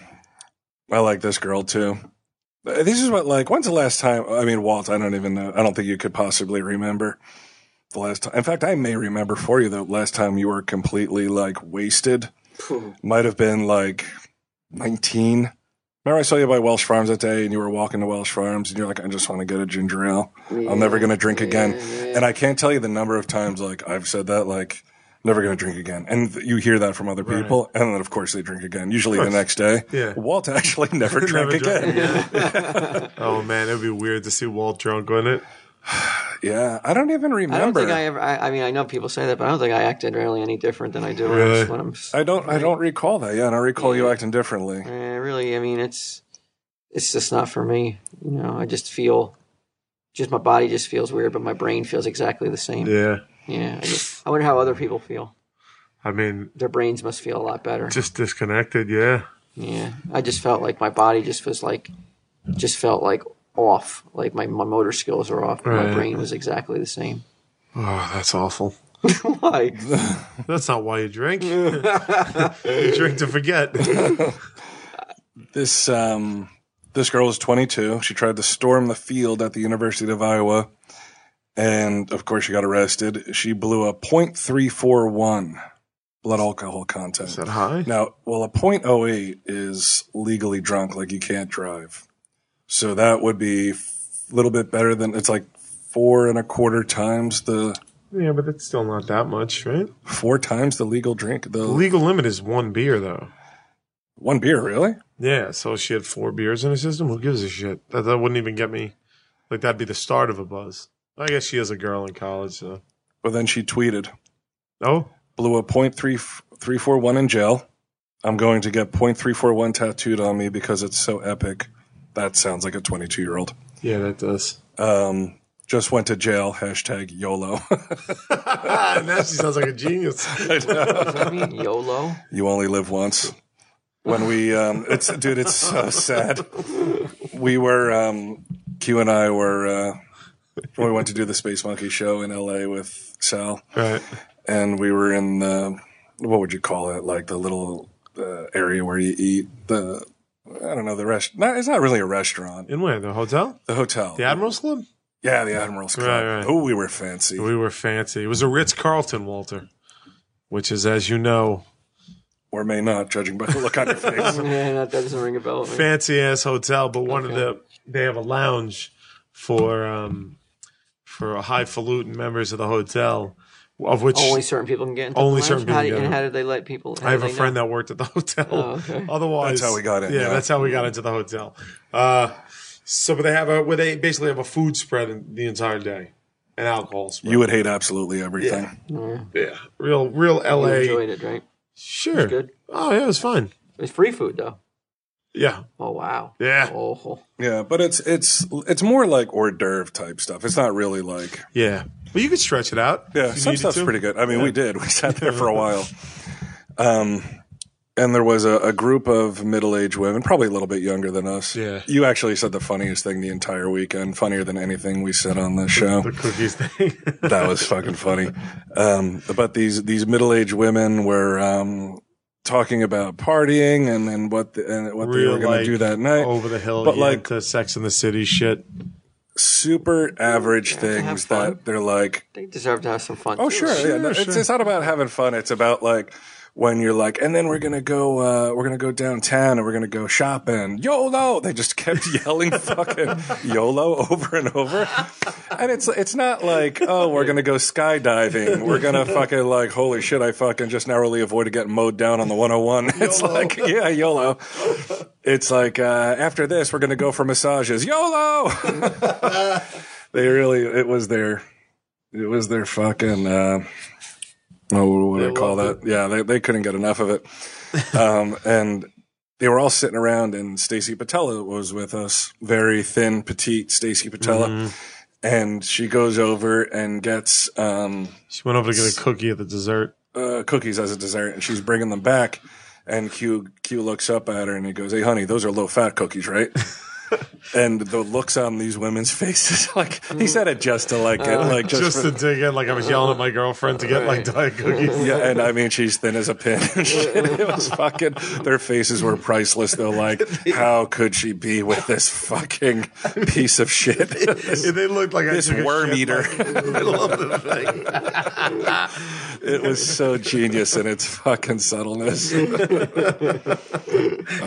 Speaker 2: I like this girl too. Uh, This is what like. When's the last time? I mean, Walt. I don't even know. I don't think you could possibly remember the last time. In fact, I may remember for you the last time you were completely like wasted. Might have been like nineteen. Remember, I saw you by Welsh Farms that day, and you were walking to Welsh Farms, and you're like, "I just want to get a ginger ale. I'm never going to drink again." And I can't tell you the number of times like I've said that, like "never going to drink again," and th- you hear that from other people, and then of course they drink again, usually the next day.
Speaker 3: Yeah.
Speaker 2: Walt actually <laughs> never drank
Speaker 3: Never
Speaker 2: again.
Speaker 3: drank <laughs> Oh man, it'd be weird to see Walt drunk, wouldn't it?
Speaker 2: Yeah, I don't even remember.
Speaker 4: I don't think I ever. I, I mean, I know people say that, but I don't think I acted really any different than I do when
Speaker 3: Really?
Speaker 4: I'm- when I'm. s-
Speaker 2: I don't. I don't recall that. Yeah, and I recall you acting differently.
Speaker 4: eh, really, I mean, it's it's just not for me. You know, I just feel just my body just feels weird, but my brain feels exactly the same. Yeah,
Speaker 3: Yeah.
Speaker 4: I, just, I wonder how other people feel.
Speaker 3: I mean,
Speaker 4: Their brains must feel a lot better.
Speaker 3: just disconnected. Yeah.
Speaker 4: Yeah, I just felt like my body just was like, just felt like off. Like my, my motor skills were off. but
Speaker 3: Right.
Speaker 4: My brain was exactly the same.
Speaker 3: Oh, that's awful.
Speaker 4: <laughs>
Speaker 3: <laughs>
Speaker 4: Why?
Speaker 3: That's not why you <laughs> drink. you drink to forget.
Speaker 2: This um, this girl was 22. She tried to storm the field at the University of Iowa, and of course she got arrested. She blew a .341 blood alcohol content.
Speaker 3: Is that high?
Speaker 2: Now, well, a .08 is legally drunk, like you can't drive. So that would be a little bit better than it's like four and a quarter times the
Speaker 3: Yeah, but it's still not that much, right?
Speaker 2: four times the legal drink. The
Speaker 3: The legal limit is one beer, though.
Speaker 2: one beer, really?
Speaker 3: Yeah, so she had four beers in her system. Who gives a shit? That, that wouldn't even get me. Like that'd be the start of a buzz. I guess she is a girl in college, so.
Speaker 2: But then she tweeted.
Speaker 3: Oh,
Speaker 2: blew a point three three four one in jail. I'm going to get point three four one tattooed on me because it's so epic. That sounds like a 22 year old.
Speaker 3: yeah, that does.
Speaker 2: Um, just went to jail. Hashtag YOLO.
Speaker 3: <laughs>
Speaker 2: <laughs>
Speaker 3: now she sounds like a genius.
Speaker 4: Does that mean YOLO?
Speaker 2: you only live once. When we, um, it's dude, it's so sad. We were um, Q and I were uh, when we went to do the Space Monkey show in L.A. with Sal.
Speaker 3: <laughs> right.
Speaker 2: and we were in the what would you call it like the little uh, area where you eat the I don't know the rest. Not, it's not really a restaurant.
Speaker 3: In where? The hotel?
Speaker 2: The hotel.
Speaker 3: The Admiral's Club?
Speaker 2: Yeah, the Admiral's Club.
Speaker 3: Right, right.
Speaker 2: Oh, we were fancy.
Speaker 3: We were fancy. It was a Ritz Carlton, Walter, which is, as you know,
Speaker 2: or may not, judging by the look on your face.
Speaker 3: <laughs>
Speaker 4: Yeah, that, that doesn't ring a bell.
Speaker 3: fancy ass hotel, but one of the they have a lounge for um for highfalutin members of the hotel, of which
Speaker 4: Only certain people can get into
Speaker 3: Only
Speaker 4: the
Speaker 3: certain
Speaker 4: lounge?
Speaker 3: people
Speaker 4: How do-
Speaker 3: can
Speaker 4: And
Speaker 3: get
Speaker 4: how did they let people?
Speaker 3: I have a friend that worked at
Speaker 4: <laughs>
Speaker 3: the hotel.
Speaker 4: Oh, okay.
Speaker 3: <laughs> Otherwise,
Speaker 2: That's how we got in,
Speaker 3: Yeah,
Speaker 2: yeah.
Speaker 3: that's how we got into the hotel. Uh, so, but they have a where they basically have a food spread in, the entire day, and alcohol spread.
Speaker 2: you would hate absolutely everything.
Speaker 3: yeah, real, real
Speaker 4: that
Speaker 3: LA.
Speaker 4: enjoyed it, right?
Speaker 3: Sure.
Speaker 4: good.
Speaker 3: Oh yeah, it was fine.
Speaker 4: It was free food though.
Speaker 3: Yeah,
Speaker 4: Oh wow.
Speaker 3: Yeah.
Speaker 4: Oh.
Speaker 2: Yeah, but it's it's it's more like hors d'oeuvre type stuff. It's not really like
Speaker 3: yeah. Well, you could stretch it out.
Speaker 2: Yeah,
Speaker 3: if you
Speaker 2: some
Speaker 3: needed
Speaker 2: stuff's
Speaker 3: to.
Speaker 2: pretty good. I mean, we did. We sat there
Speaker 3: <laughs>
Speaker 2: for a while. Um, and there was a, a group of middle-aged women, probably a little bit younger than us.
Speaker 3: Yeah.
Speaker 2: You actually said the funniest thing the entire weekend, funnier than anything we said on the show.
Speaker 3: The cookies thing. <laughs>
Speaker 2: that was fucking funny. Um, but these these middle-aged women were um, talking about partying and, and what the, and what they
Speaker 3: Real,
Speaker 2: were going
Speaker 3: like, oh.
Speaker 2: to do that night.
Speaker 3: Over the hill,
Speaker 2: But,
Speaker 3: but
Speaker 2: like-
Speaker 3: like the Sex in the City shit.
Speaker 2: Super average
Speaker 4: have
Speaker 2: things
Speaker 4: fun.
Speaker 2: that they're like,
Speaker 4: They deserve to have some fun.
Speaker 2: oh
Speaker 4: too.
Speaker 2: sure, yeah. no, It's, it's not about having fun. It's about like when you're like, and then we're gonna go, uh, we're gonna go downtown and we're gonna go shopping. YOLO. They just kept <laughs> yelling fucking YOLO over and over. And it's it's not like, oh, we're gonna go skydiving. We're <laughs> gonna fucking like, holy shit, I fucking just narrowly avoided getting mowed down on the 101. <laughs> It's like, yeah, YOLO. It's like uh, after this, we're gonna go for massages. YOLO. <laughs> they really, it was their, it was their fucking. Uh, Oh, what do I call that? Yeah, they, they couldn't get enough of it.
Speaker 3: <laughs>
Speaker 2: Um, and they were all sitting around, and Stacy Patella was with us, very thin, petite Stacy Patella.
Speaker 3: Mm-hmm.
Speaker 2: And she goes over and gets um,
Speaker 3: She went over to get a cookie at the dessert.
Speaker 2: uh, cookies as a dessert, and she's bringing them back. And Q Q looks up at her and he goes, "Hey, honey, those are low fat cookies,
Speaker 3: <laughs>
Speaker 2: right?" and the looks on these women's <laughs> faces, like he said it just to like it, like just,
Speaker 3: Uh, Just
Speaker 2: for-
Speaker 3: to dig in, like I was yelling at my girlfriend to get like diet cookies.
Speaker 2: <laughs> Yeah, and I mean, she's thin as a pin. <laughs> and shit. it was fucking. Their faces were priceless. Though, like, how could she be with this fucking piece of shit? <laughs>
Speaker 3: Yeah, they looked like
Speaker 2: This
Speaker 3: I took a
Speaker 2: worm
Speaker 3: shit,
Speaker 2: eater.
Speaker 3: like, in the middle of the thing.
Speaker 2: It was so genius in its fucking subtleness. <laughs>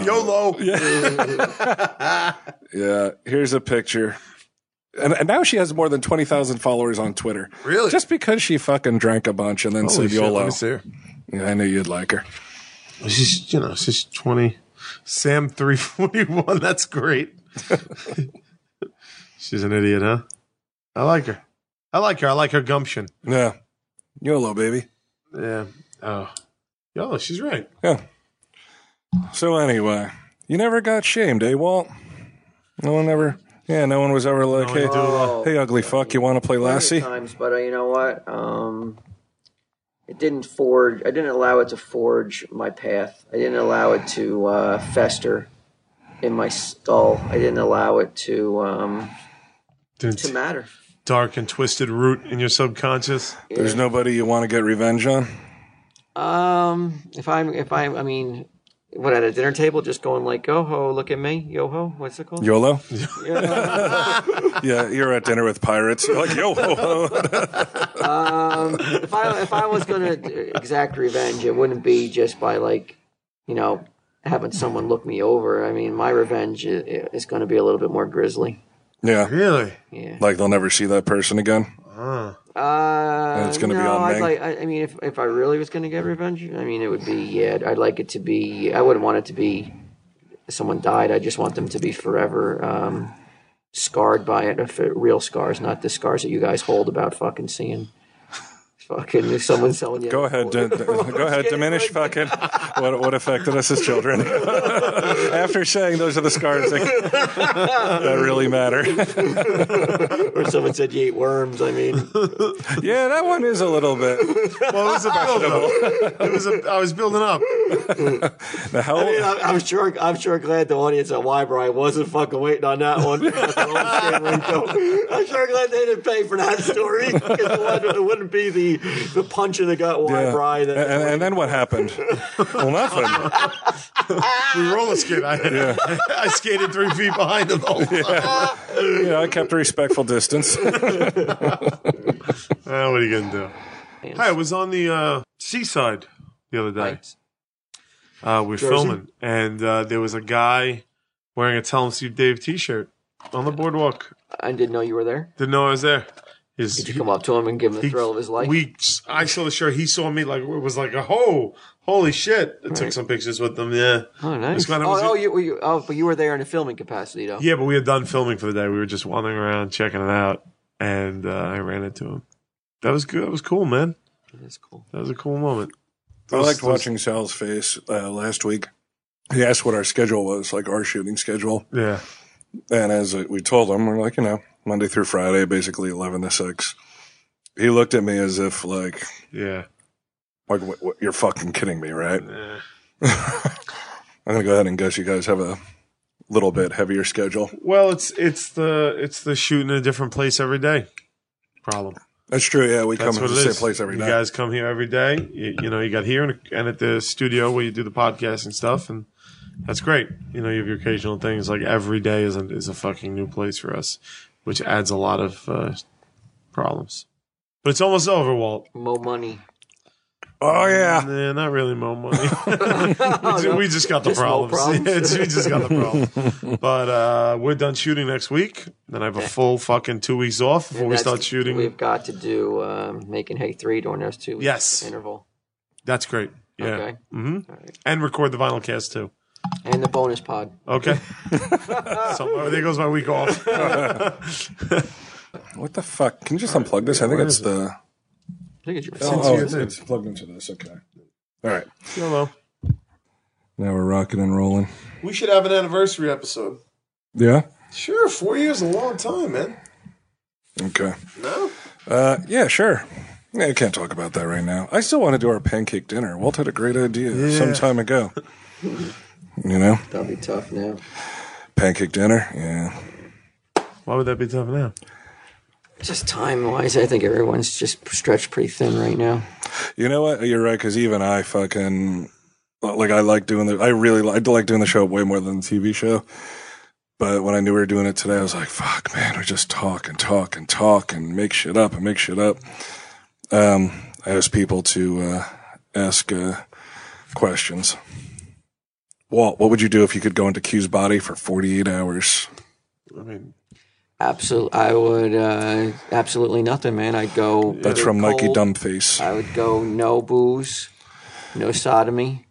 Speaker 3: YOLO.
Speaker 2: Yeah, here's a picture. And, and now she has more than twenty thousand followers on Twitter.
Speaker 1: Really?
Speaker 2: Just because she fucking drank a bunch and then
Speaker 3: Holy
Speaker 2: said
Speaker 3: shit, let
Speaker 2: YOLO.
Speaker 3: me see her.
Speaker 2: Yeah, I knew you'd like her.
Speaker 3: She's you know she's twenty. Sam three forty one. That's great. <laughs> she's an idiot, huh? I like her. I like her. I like her gumption.
Speaker 2: Yeah, YOLO, baby.
Speaker 3: Yeah. Oh. Yo, she's right.
Speaker 2: Yeah. So anyway, you never got shamed, eh, Walt? No one ever. Yeah, no one was ever like,
Speaker 3: one
Speaker 2: hey,
Speaker 3: did. Oh.
Speaker 2: hey, ugly fuck, you want to play
Speaker 4: plenty of
Speaker 2: Lassie?
Speaker 4: times, but uh, you know what? Um, it didn't forge. I didn't allow it to forge my path. I didn't allow it to uh, fester in my skull. I didn't allow it to um,
Speaker 3: Didn't
Speaker 4: to matter.
Speaker 3: dark and twisted root in your subconscious.
Speaker 2: There's nobody you want to get revenge on.
Speaker 4: Um, if I'm, if I'm, I mean, what at a dinner table, just going like, "Yo ho, look at me, yo ho." What's it called?
Speaker 2: Yolo.
Speaker 4: Yeah.
Speaker 2: yeah, you're at dinner with pirates. You're like, yo, <laughs> ho, ho.
Speaker 4: if I if I was gonna exact revenge, it wouldn't be just by like, you know, having someone look me over. I mean, my revenge is, is going to be a little bit more grisly.
Speaker 2: yeah,
Speaker 3: Really?
Speaker 4: Yeah.
Speaker 2: like they'll never see that person again.
Speaker 4: Uh,
Speaker 2: it's gonna be
Speaker 4: no,
Speaker 2: on
Speaker 4: I'd
Speaker 2: Ming.
Speaker 4: like, I, I mean, if if I really was going to get revenge, I mean, it would be yeah. I'd like it to be. I wouldn't want it to be someone died. I just want them to be forever um, scarred by it. If it, real scars, not the scars that you guys hold about fucking seeing. Fucking someone selling you.
Speaker 2: Go ahead, d- d- go ahead, diminish fucking what what affected us as children. <laughs> After saying those are the scars that, that really matter.
Speaker 4: Or someone said you ate worms. I mean,
Speaker 2: yeah, that one is a little bit.
Speaker 3: <laughs> Well, it was a build up. It was a. I was building up.
Speaker 2: Now, how-
Speaker 4: I'm, I'm sure. I'm sure glad the audience at Wyber I wasn't fucking waiting on that one. <laughs> That's all I'm saying, Ringo. I'm sure glad they didn't pay for that story because it wouldn't- it wouldn't be the the punch in the gut
Speaker 2: Yeah.
Speaker 4: Wyber
Speaker 2: and,
Speaker 4: that.
Speaker 2: and, and then what happened? well, nothing.
Speaker 3: We roller skate. I, <laughs> I skated three feet behind them the whole time.
Speaker 2: You know, I kept a respectful
Speaker 3: <laughs>
Speaker 2: distance.
Speaker 3: Uh, what are you gonna do? Hey, I was on the uh, seaside the other day. Uh, we are
Speaker 4: Jersey?
Speaker 3: filming, and uh, there was a guy wearing a Tell Him Steve Dave T-shirt on the boardwalk.
Speaker 4: I didn't know you were there.
Speaker 3: Didn't know I was there. His,
Speaker 4: Did you come up to him and give him the
Speaker 3: he-
Speaker 4: thrill of his life?
Speaker 3: We, I saw the shirt. He saw me like it was like a oh, holy shit! I took
Speaker 4: Right.
Speaker 3: some pictures with them. Yeah,
Speaker 4: oh,
Speaker 3: It's
Speaker 4: nice.
Speaker 3: glad I
Speaker 4: oh,
Speaker 3: was-
Speaker 4: oh, you, were you, oh, but you were there in a filming capacity, though.
Speaker 3: yeah. But we had done filming for the day. We were just wandering around checking it out, and uh, I ran into him. That was good. That was cool, man.
Speaker 4: That's cool.
Speaker 3: That was a cool moment.
Speaker 2: I liked watching Sal's face uh, last week. He asked what our schedule was, like our shooting schedule.
Speaker 3: Yeah.
Speaker 2: And as uh, we told him, we're like, you know, Monday through Friday, basically 11 to 6. He looked at me as if, like,
Speaker 3: Yeah.
Speaker 2: like what, what, you're fucking kidding me, right?
Speaker 3: Yeah.
Speaker 2: <laughs> I'm going to go ahead and guess you guys have a little bit heavier schedule.
Speaker 3: Well, it's it's the it's the shooting in a different place every day problem.
Speaker 2: That's true. Yeah, we
Speaker 3: That's
Speaker 2: come
Speaker 3: what
Speaker 2: to
Speaker 3: it
Speaker 2: the same
Speaker 3: is.
Speaker 2: place every
Speaker 3: you
Speaker 2: night.
Speaker 3: guys come here every day. You, you know, you got here and, and at the studio where you do the podcast and stuff, and that's great. You know, you have your occasional things. Like every day is a, is a fucking new place for us, which adds a lot of uh, problems. But it's almost over, Walt.
Speaker 4: Mo money.
Speaker 2: oh yeah,
Speaker 3: <laughs> Nah, not really more <laughs> money. we, ju-
Speaker 4: Oh,
Speaker 3: <laughs>
Speaker 4: no.
Speaker 3: we just got the
Speaker 4: Just more
Speaker 3: problems.
Speaker 4: problems.
Speaker 3: <laughs> Yeah, it's- we just got the problem. But uh, we're done shooting next week. Then I have a full fucking two weeks off before
Speaker 4: And
Speaker 3: we
Speaker 4: that's-
Speaker 3: start shooting.
Speaker 4: We've got to do um, making hay three during those two weeks
Speaker 3: Yes.
Speaker 4: interval.
Speaker 3: That's great. Yeah.
Speaker 4: Okay.
Speaker 3: hmm
Speaker 4: All right.
Speaker 3: And record the vinyl cast too.
Speaker 4: And the bonus pod.
Speaker 3: <laughs> Okay. so uh, there goes my week <laughs> off.
Speaker 2: what the fuck? Can you just unplug this? I think it's the.
Speaker 4: I think it's your
Speaker 2: Oh,
Speaker 4: phone.
Speaker 2: oh,
Speaker 3: you
Speaker 2: it's,
Speaker 3: did.
Speaker 2: it's plugged into this. Okay. All right.
Speaker 3: Hello.
Speaker 2: Now we're rocking and rolling.
Speaker 3: We should have an anniversary episode.
Speaker 2: Yeah.
Speaker 3: Sure, four years is a long time, man.
Speaker 2: Okay.
Speaker 3: No?
Speaker 2: Uh, yeah, sure. Yeah, I can't talk about that right now. I still want to do our pancake dinner. Walt had a great idea some time ago. you know,
Speaker 4: That'll be tough now.
Speaker 2: pancake dinner. Yeah.
Speaker 3: Why would that be tough now?
Speaker 4: Just time wise, I think everyone's just stretched pretty thin right now.
Speaker 2: You know what? You're right. Because even I fucking like I like doing the. I really like, I like doing the show way more than the TV show. But when I knew we were doing it today, I was like, "Fuck, man, we just talk and talk and talk and make shit up and make shit up." Um, I asked people to uh, ask uh, questions. Walt, what would you do if you could go into Q's body for 48 hours?
Speaker 3: I mean,
Speaker 4: Absolutely, I would uh, absolutely nothing, man. I'd go.
Speaker 2: That's from Mikey
Speaker 4: cold.
Speaker 2: Dumbface.
Speaker 4: I would go no booze, no sodomy.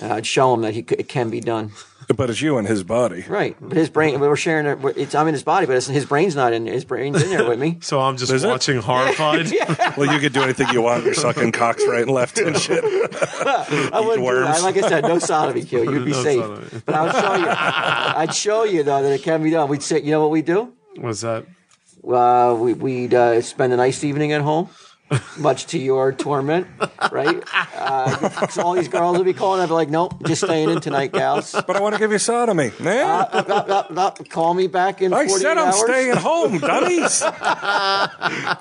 Speaker 4: And I'd show him that he c- it can be done.
Speaker 2: But it's you and his body.
Speaker 4: Right, but his brain. We were sharing it. It's, I'm in his body, but it's, his brain's not in. His brain's in there
Speaker 3: <laughs>
Speaker 4: with me.
Speaker 3: so I'm just watching <laughs> horrified.
Speaker 2: Well, you could do anything you want. You're sucking cocks right and left and shit.
Speaker 4: I wouldn't do that.
Speaker 2: worms.
Speaker 4: Like I said, no sodomy,
Speaker 3: <laughs>
Speaker 4: Q. You'd be
Speaker 3: No
Speaker 4: safe.
Speaker 3: sodomy.
Speaker 4: But I would show you. I'd show you though that it can be done. We'd sit. You know what we do?
Speaker 3: What's that?
Speaker 4: Uh, we, we'd uh, spend a nice evening at home, much to your torment, right? Uh, so all these girls would be calling. I'd be like, nope, just staying in tonight, gals. Uh,
Speaker 2: But I want to give you sodomy. Yeah.
Speaker 4: uh, uh, uh, call me back in 48
Speaker 2: I said I'm
Speaker 4: hours.
Speaker 2: staying home, dummies.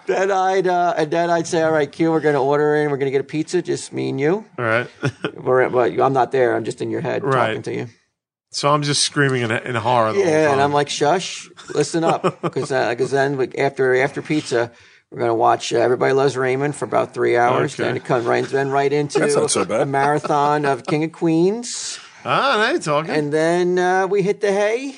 Speaker 4: Then I'd, uh, and then I'd say, all right, Q, we're going to order in. We're going to get a pizza, just me and you.
Speaker 3: All right. <laughs>
Speaker 4: We're, but I'm not there. I'm just in your head
Speaker 3: Right.
Speaker 4: talking to you.
Speaker 3: So I'm just screaming in, in horror. The whole
Speaker 4: Yeah,
Speaker 3: time.
Speaker 4: and I'm like, shush,
Speaker 2: <laughs>
Speaker 4: listen up, because then we- after after pizza, we're gonna watch uh, Everybody Loves Raymond for about three hours.
Speaker 3: Okay.
Speaker 4: Then it comes right then right into
Speaker 2: That's not so bad.
Speaker 4: a marathon of King
Speaker 2: <laughs>
Speaker 4: of Queens,
Speaker 3: ah, now you're talking.
Speaker 4: and then uh, we hit the hay,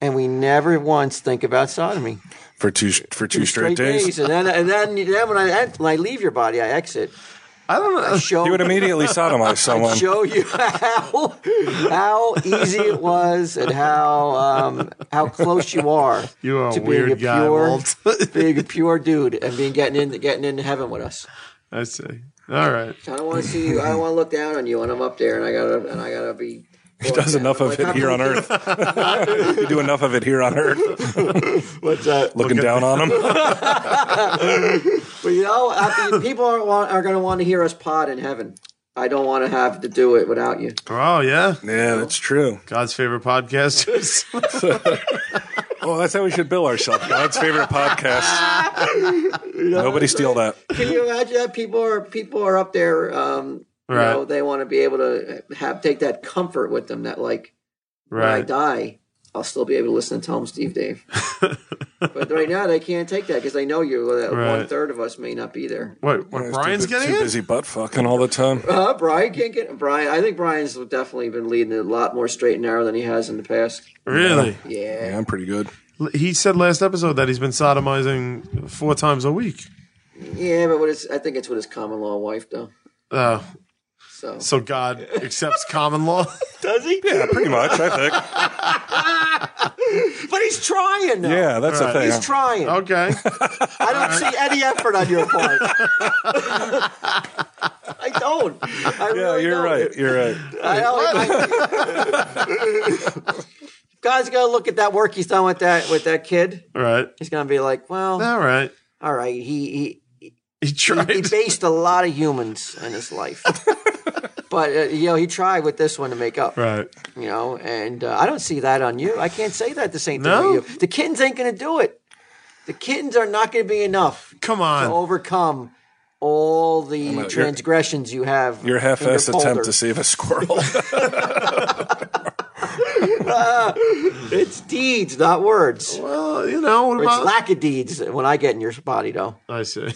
Speaker 4: and we never once think about sodomy.
Speaker 2: <laughs> For two for two, straight, days.
Speaker 4: and then and then, then when I ent- when I leave your body, I exit.
Speaker 3: I don't know.
Speaker 2: <laughs>
Speaker 4: Show
Speaker 2: You would immediately
Speaker 4: <laughs>
Speaker 2: sodomize someone.
Speaker 3: <laughs>
Speaker 4: show you how how easy it was and how um, how close you are.
Speaker 3: You are a
Speaker 4: to
Speaker 3: weird
Speaker 4: being a
Speaker 3: guy,
Speaker 4: pure,
Speaker 3: Walt.
Speaker 4: <laughs> being a pure dude and being getting in getting into heaven with us.
Speaker 3: I see. All right.
Speaker 4: I don't want to see you. I don't want to look down on you when I'm up there, and I gotta and I gotta be.
Speaker 2: He does enough of it here on
Speaker 4: <laughs>
Speaker 2: Earth. you do enough of it here on Earth,
Speaker 4: What's that?
Speaker 2: looking down on <laughs> them.
Speaker 4: But you know, after, people are want, are gonna want to hear us pod in heaven. I don't want to have to do it without you.
Speaker 3: Oh yeah.
Speaker 2: Yeah, that's true.
Speaker 3: God's favorite <laughs> podcasters.
Speaker 2: Oh, that's how we should bill ourselves. God's favorite
Speaker 4: <laughs>
Speaker 2: podcast. Nobody steal that.
Speaker 4: Can you imagine that people are people are up there? Um, You
Speaker 3: Right.
Speaker 4: know, they want to be able to have take that comfort with them. That like when I
Speaker 3: right.
Speaker 4: die, I'll still be able to listen to Tell 'em
Speaker 2: <laughs>
Speaker 4: Steve Dave. but right now, they can't take that because they know you. Uh,
Speaker 3: Right.
Speaker 4: One third of us may not be there.
Speaker 3: Wait, what? Brian's
Speaker 2: too,
Speaker 3: getting
Speaker 2: too
Speaker 3: it.
Speaker 2: busy butt fucking all the time.
Speaker 4: Uh, Brian can't get Brian. I think Brian's definitely been leading a lot more straight and narrow than he has in the past.
Speaker 3: Really?
Speaker 4: Yeah.
Speaker 2: Yeah, I'm pretty good.
Speaker 3: L- He said last episode that he's been sodomizing four times a week.
Speaker 4: Yeah, but what is, I think it's with his common law wife, though.
Speaker 2: Oh.
Speaker 3: Uh,
Speaker 4: So,
Speaker 3: so God <laughs> accepts common <laughs> law.
Speaker 4: does he?
Speaker 2: Yeah, pretty much. I think.
Speaker 4: But he's trying, though.
Speaker 2: Yeah, Oh, that's
Speaker 3: Right.
Speaker 2: the
Speaker 4: He's
Speaker 2: thing.
Speaker 4: trying.
Speaker 3: Okay.
Speaker 4: I don't see any effort on your
Speaker 2: <laughs>
Speaker 4: part. <laughs> I don't. I
Speaker 2: yeah,
Speaker 4: really
Speaker 2: you're
Speaker 4: don't.
Speaker 2: right. You're right.
Speaker 4: I don't.
Speaker 3: <laughs>
Speaker 4: <laughs> Guys, gotta look at that work he's done with that with that kid.
Speaker 3: All right.
Speaker 4: He's gonna be like, well,
Speaker 3: All right.
Speaker 4: all right. He
Speaker 3: He
Speaker 4: he he
Speaker 3: tried.
Speaker 4: based a lot of humans in his
Speaker 3: <laughs>
Speaker 4: life, but uh, you know he tried with this one to make up.
Speaker 3: Right.
Speaker 4: You know, and uh, I don't see that on you. I can't say that the same thing
Speaker 3: No.
Speaker 4: on you. The kittens ain't gonna do it. The kittens are not gonna be enough.
Speaker 3: Come
Speaker 4: to
Speaker 3: on.
Speaker 4: overcome all the
Speaker 2: out.
Speaker 4: transgressions you have.
Speaker 2: Your
Speaker 4: in
Speaker 2: half-assed
Speaker 4: folder.
Speaker 2: attempt to save a squirrel.
Speaker 4: It's deeds, not words.
Speaker 3: Well, you know, what
Speaker 4: Or It's
Speaker 3: about?
Speaker 4: lack of deeds when I get in your body, though.
Speaker 3: I see. <laughs>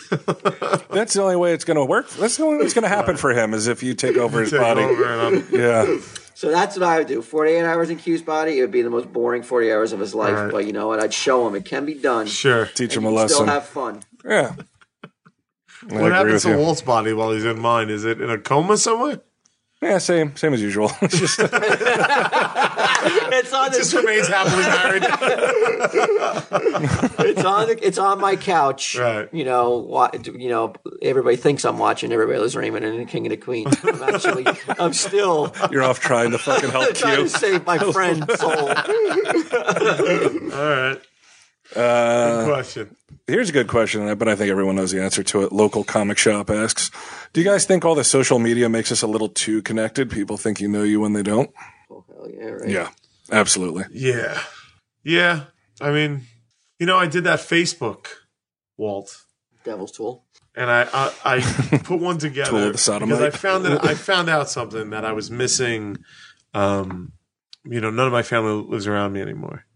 Speaker 2: That's the only way it's going to work. That's the only way it's going to happen for him is if you take over his
Speaker 3: Take
Speaker 2: body.
Speaker 3: over and I'm-
Speaker 2: Yeah.
Speaker 4: So that's what I would do. 48 hours in Q's body, it would be the most boring 40 hours of his life.
Speaker 3: Right.
Speaker 4: But you know what? I'd show him it can be done.
Speaker 2: <laughs>
Speaker 3: Sure.
Speaker 2: Teach him a
Speaker 4: You can Still
Speaker 2: lesson.
Speaker 4: have fun. <laughs>
Speaker 2: yeah. I
Speaker 3: What
Speaker 2: agree
Speaker 3: happens
Speaker 2: with
Speaker 3: to
Speaker 2: you.
Speaker 3: Walt's body while he's in mine? Is it in a coma somewhere?
Speaker 2: Yeah, same, same as
Speaker 4: <laughs>
Speaker 2: usual. It's just-
Speaker 4: It's on,
Speaker 3: Just
Speaker 4: the,
Speaker 3: remains happily married.
Speaker 4: it's on the, it's on my couch.
Speaker 3: Right.
Speaker 4: You know, wa- you know, everybody thinks I'm watching Everybody Loves Raymond and The King and the Queen. I'm actually, I'm still
Speaker 2: you're off trying to fucking <laughs> help
Speaker 4: <laughs> trying
Speaker 2: you.
Speaker 4: to save my friend's
Speaker 2: <laughs>
Speaker 3: <laughs>
Speaker 4: soul.
Speaker 3: All right.
Speaker 2: Uh,
Speaker 3: Question.
Speaker 2: here's a good question, but I think everyone knows the answer to it. Local comic shop asks, "Do you guys think all the social media makes us a little too connected? People think you know you when they don't."
Speaker 4: Oh, hell yeah, right.
Speaker 2: Yeah, absolutely.
Speaker 3: Yeah. Yeah. I mean, you know, I did that Facebook, Walt,
Speaker 4: Devil's tool.
Speaker 3: and I I, I put one together
Speaker 2: Tool of the
Speaker 3: because
Speaker 2: sodomite.
Speaker 3: I found that I found out something that I was missing. Um, you know, none of my family lives around me anymore.